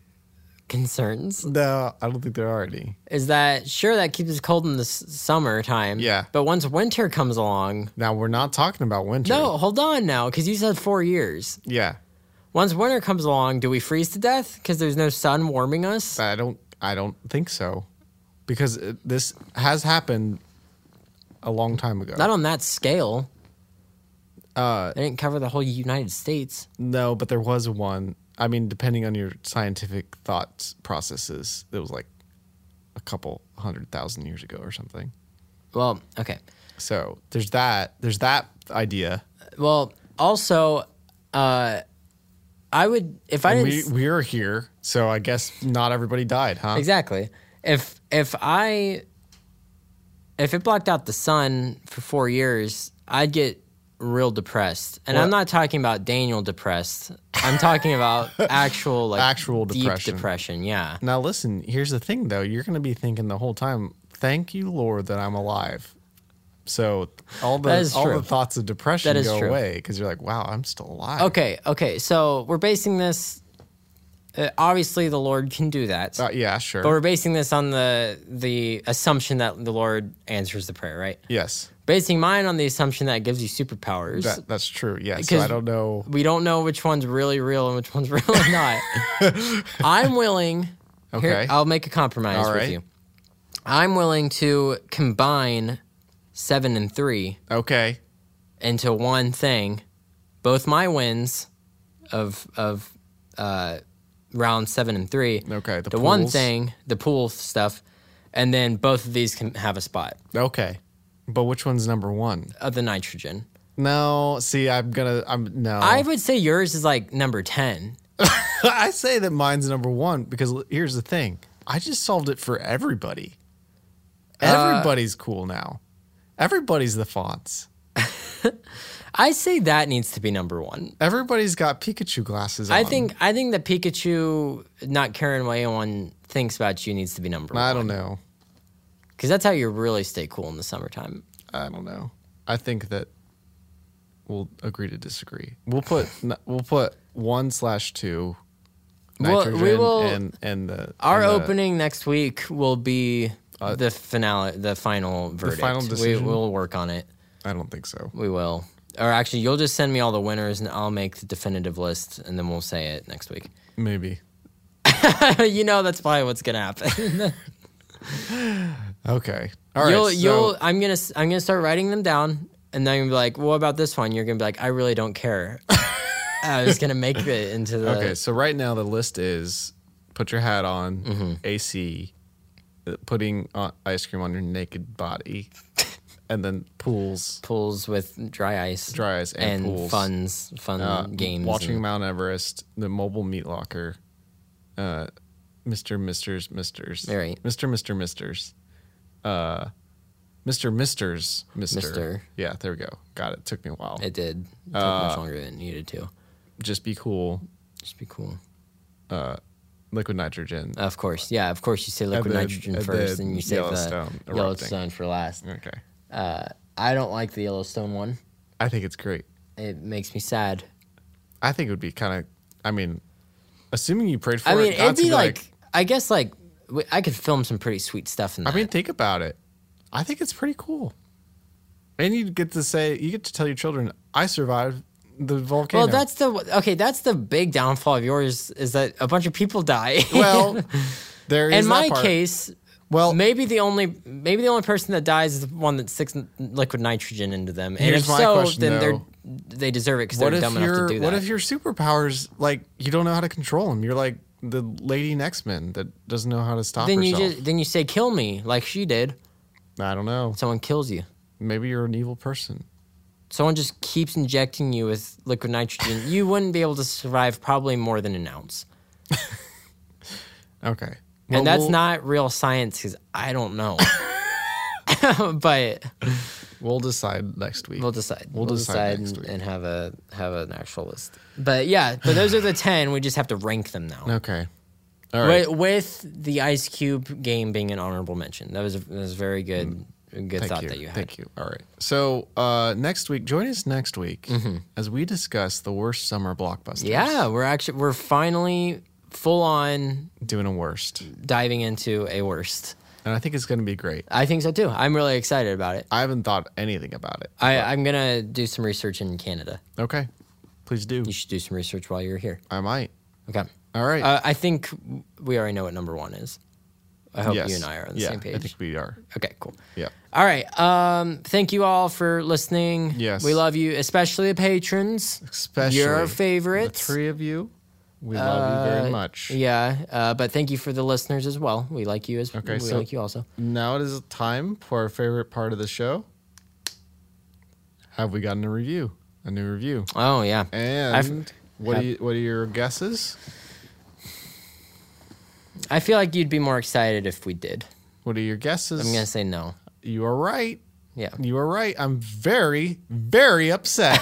Speaker 1: concerns
Speaker 2: No, I don't think there are any.
Speaker 1: is that sure that keeps us cold in the s- summertime.
Speaker 2: Yeah.
Speaker 1: But once winter comes along,
Speaker 2: Now we're not talking about winter.
Speaker 1: no, hold on now, because you said four years.
Speaker 2: Yeah.
Speaker 1: Once winter comes along, do we freeze to death because there's no sun warming us?
Speaker 2: I don't. I don't think so, because it, this has happened a long time ago.
Speaker 1: Not on that scale. Uh, they didn't cover the whole United States.
Speaker 2: no, but there was one. I mean, depending on your scientific thought processes, it was like a couple hundred thousand years ago or something.
Speaker 1: Well, okay.
Speaker 2: So there's that. There's that idea.
Speaker 1: Well, also, uh, I would if I didn't
Speaker 2: We we are here, so I guess not everybody died, huh?
Speaker 1: Exactly. If if I if it blocked out the sun for four years, I'd get real depressed. And I'm
Speaker 2: Well-
Speaker 1: not talking about Daniel depressed. I'm talking about actual like
Speaker 2: Actual
Speaker 1: deep
Speaker 2: depression.
Speaker 1: depression. Yeah.
Speaker 2: Now listen, here's the thing though. You're going to be thinking the whole time, "Thank you, Lord, that I'm alive." So all
Speaker 1: That
Speaker 2: the
Speaker 1: is
Speaker 2: all
Speaker 1: true.
Speaker 2: the thoughts of depression
Speaker 1: That is
Speaker 2: go
Speaker 1: true.
Speaker 2: away because you're like, "Wow, I'm still alive."
Speaker 1: Okay. Okay. So we're basing this. Uh, obviously, the Lord can do that,
Speaker 2: Uh, yeah, sure.
Speaker 1: but we're basing this on the the assumption that the Lord answers the prayer, right?
Speaker 2: yes,
Speaker 1: Basing mine on the assumption that it gives you superpowers.
Speaker 2: that, that's true. Yeah. So I
Speaker 1: Because-
Speaker 2: don't know.
Speaker 1: we don't know which one's really real and which one's really not. I'm willing.
Speaker 2: Okay.
Speaker 1: Here, I'll make a compromise
Speaker 2: All
Speaker 1: with
Speaker 2: right.
Speaker 1: you. I'm willing to combine seven and three
Speaker 2: Okay.
Speaker 1: into one thing. Both my wins of of uh, round seven and three.
Speaker 2: Okay, the
Speaker 1: The, one
Speaker 2: pools.
Speaker 1: thing, the pool stuff, and then both of these can have a spot
Speaker 2: Okay. But which one's number one?
Speaker 1: of the nitrogen.
Speaker 2: No. See, I'm gonna. I'm no.
Speaker 1: I would say yours is like number ten.
Speaker 2: I say that mine's number one because l- here's the thing. I just solved it for everybody.
Speaker 1: Uh,
Speaker 2: Everybody's cool now. Everybody's the fonts.
Speaker 1: I say that needs to be number one.
Speaker 2: Everybody's got Pikachu glasses on.
Speaker 1: I think I think that Pikachu not caring what anyone thinks about you needs to be number one
Speaker 2: I don't know.
Speaker 1: because that's how you really stay cool in the summertime.
Speaker 2: I don't know. I think that we'll agree to disagree. We'll put n- we'll put one slash two
Speaker 1: Well, we
Speaker 2: nitrogen
Speaker 1: will-
Speaker 2: and and the
Speaker 1: Our
Speaker 2: and uh, the-
Speaker 1: opening next week will be the finale, the final verdict.
Speaker 2: final decision?
Speaker 1: We will work on it.
Speaker 2: I don't think so.
Speaker 1: We will. Or actually, you'll just send me all the winners and I'll make the definitive list and then we'll say it next week.
Speaker 2: Maybe.
Speaker 1: you know, that's probably what's gonna happen.
Speaker 2: Okay. All right.
Speaker 1: you'll,
Speaker 2: so-
Speaker 1: you'll. I'm gonna, s- I'm gonna start writing them down, and then you'll be like, "What about this one?" You're gonna be like, "I really don't care." I was gonna make it into the.
Speaker 2: Okay, so right now the list is put your hat on,
Speaker 1: Mm-hmm.
Speaker 2: AC, uh, putting uh, ice cream on your naked body, and then pools,
Speaker 1: pools with dry ice,
Speaker 2: dry ice,
Speaker 1: and
Speaker 2: and, pools.
Speaker 1: funds, fun
Speaker 2: uh,
Speaker 1: games.
Speaker 2: Watching
Speaker 1: and-
Speaker 2: Mount Everest, the mobile meat locker, uh, Mr. Misters, Misters.
Speaker 1: All right.
Speaker 2: Mr. Mr. Misters. Uh, Mr. Misters, Mister.
Speaker 1: Mister.
Speaker 2: Yeah, there we go. Got it. Took me a while.
Speaker 1: it did took
Speaker 2: Uh,
Speaker 1: much longer than it needed to.
Speaker 2: Just be cool.
Speaker 1: Just be cool.
Speaker 2: Liquid nitrogen.
Speaker 1: Of course, yeah. Of course, you say liquid
Speaker 2: the-
Speaker 1: nitrogen
Speaker 2: and
Speaker 1: first,
Speaker 2: the
Speaker 1: and you save
Speaker 2: Yellowstone
Speaker 1: the
Speaker 2: erupting.
Speaker 1: Yellowstone for last.
Speaker 2: okay.
Speaker 1: I don't like the Yellowstone one.
Speaker 2: I think it's great.
Speaker 1: It makes me sad.
Speaker 2: I think it would be kind of. I mean, assuming you prayed for
Speaker 1: I
Speaker 2: it,
Speaker 1: mean, it'd
Speaker 2: God's
Speaker 1: be
Speaker 2: gonna
Speaker 1: like, I guess like w- I could film some pretty sweet stuff in that.
Speaker 2: I mean, think about it. I think it's pretty cool. And you get to say, you get to tell your children, "I survived the volcano."
Speaker 1: Well, that's the okay. That's the big downfall of yours is that a bunch of people die.
Speaker 2: well. There
Speaker 1: in
Speaker 2: is that
Speaker 1: my
Speaker 2: part.
Speaker 1: case,
Speaker 2: Well-
Speaker 1: well, maybe the only maybe the only person that dies is the one that sticks n- liquid nitrogen into them. And
Speaker 2: Here's
Speaker 1: if
Speaker 2: my
Speaker 1: so,
Speaker 2: question,
Speaker 1: then
Speaker 2: though.
Speaker 1: they're they deserve it because
Speaker 2: What
Speaker 1: they're
Speaker 2: if
Speaker 1: dumb enough to
Speaker 2: your
Speaker 1: do that.
Speaker 2: What if your superpowers like you don't know how to control them? You're like the lady in X Men that doesn't know how to stop
Speaker 1: then you
Speaker 2: herself.
Speaker 1: just then you say kill me like she did.
Speaker 2: I don't know.
Speaker 1: Someone kills you.
Speaker 2: Maybe you're an evil person.
Speaker 1: someone just keeps injecting you with liquid nitrogen, you wouldn't be able to survive probably more than an ounce.
Speaker 2: Okay. Well,
Speaker 1: and that's
Speaker 2: we'll-
Speaker 1: not real science because I don't know. but
Speaker 2: We'll decide next week.
Speaker 1: we'll decide.
Speaker 2: We'll decide next
Speaker 1: and,
Speaker 2: week.
Speaker 1: and have a have an actual list. But yeah, but those are the ten. We just have to rank them now.
Speaker 2: okay. All right.
Speaker 1: Wi- with, the Ice Cube game being an honorable mention, that was a, that was a very good a good
Speaker 2: Mm. Thank
Speaker 1: thought
Speaker 2: you.
Speaker 1: that you had.
Speaker 2: Thank you. All right. So uh, next week, join us next week as we discuss the worst summer blockbusters.
Speaker 1: Mm-hmm. Yeah, we're actually we're finally full on
Speaker 2: Doing a worst, and
Speaker 1: diving into a worst.
Speaker 2: I think it's going to be great.
Speaker 1: I think so too. I'm really excited about it.
Speaker 2: I haven't thought anything about it.
Speaker 1: I, I'm gonna do some research in Canada.
Speaker 2: Okay. Please do.
Speaker 1: You should do some research while you're here.
Speaker 2: I might.
Speaker 1: Okay.
Speaker 2: All right.
Speaker 1: Uh, I think we already know what number one is. I hope
Speaker 2: yes.
Speaker 1: you and I are on the
Speaker 2: yeah,
Speaker 1: same page.
Speaker 2: I think we are.
Speaker 1: okay, cool.
Speaker 2: Yeah.
Speaker 1: All right. Um, thank you all for listening.
Speaker 2: Yes.
Speaker 1: We love you, especially the patrons.
Speaker 2: Especially
Speaker 1: your
Speaker 2: the
Speaker 1: favorites.
Speaker 2: The three of you. We love you very much.
Speaker 1: Yeah. Uh, but thank you for the listeners as well. We like you as
Speaker 2: Okay,
Speaker 1: we
Speaker 2: so-
Speaker 1: like you also.
Speaker 2: Now it is time for our favorite part of the show. Have we gotten a review? A new review.
Speaker 1: Oh yeah.
Speaker 2: And
Speaker 1: I've-
Speaker 2: what do you, what are your guesses?
Speaker 1: I feel like you'd be more excited if we did.
Speaker 2: What are your guesses?
Speaker 1: I'm gonna say no.
Speaker 2: you are right.
Speaker 1: Yeah.
Speaker 2: You are right. I'm very, very upset.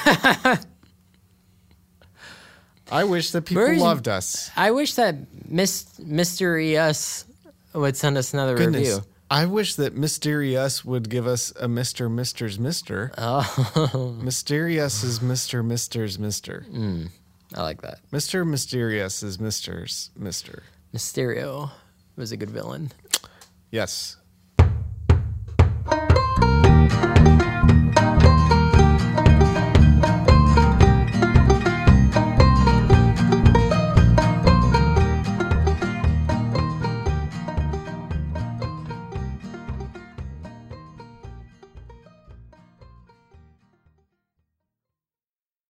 Speaker 2: I wish that people
Speaker 1: Where's-
Speaker 2: loved us.
Speaker 1: I wish that Miss Mystery Us would send us another
Speaker 2: Goodness.
Speaker 1: review.
Speaker 2: I wish that Mysterious would give us a Mr. Mr.'s Mr.
Speaker 1: Oh,
Speaker 2: Mysterious is Mr. Mr.'s Mr.
Speaker 1: I like that.
Speaker 2: Mr. Mysterious is Mr.'s Mr.
Speaker 1: Mysterio was a good villain.
Speaker 2: Yes.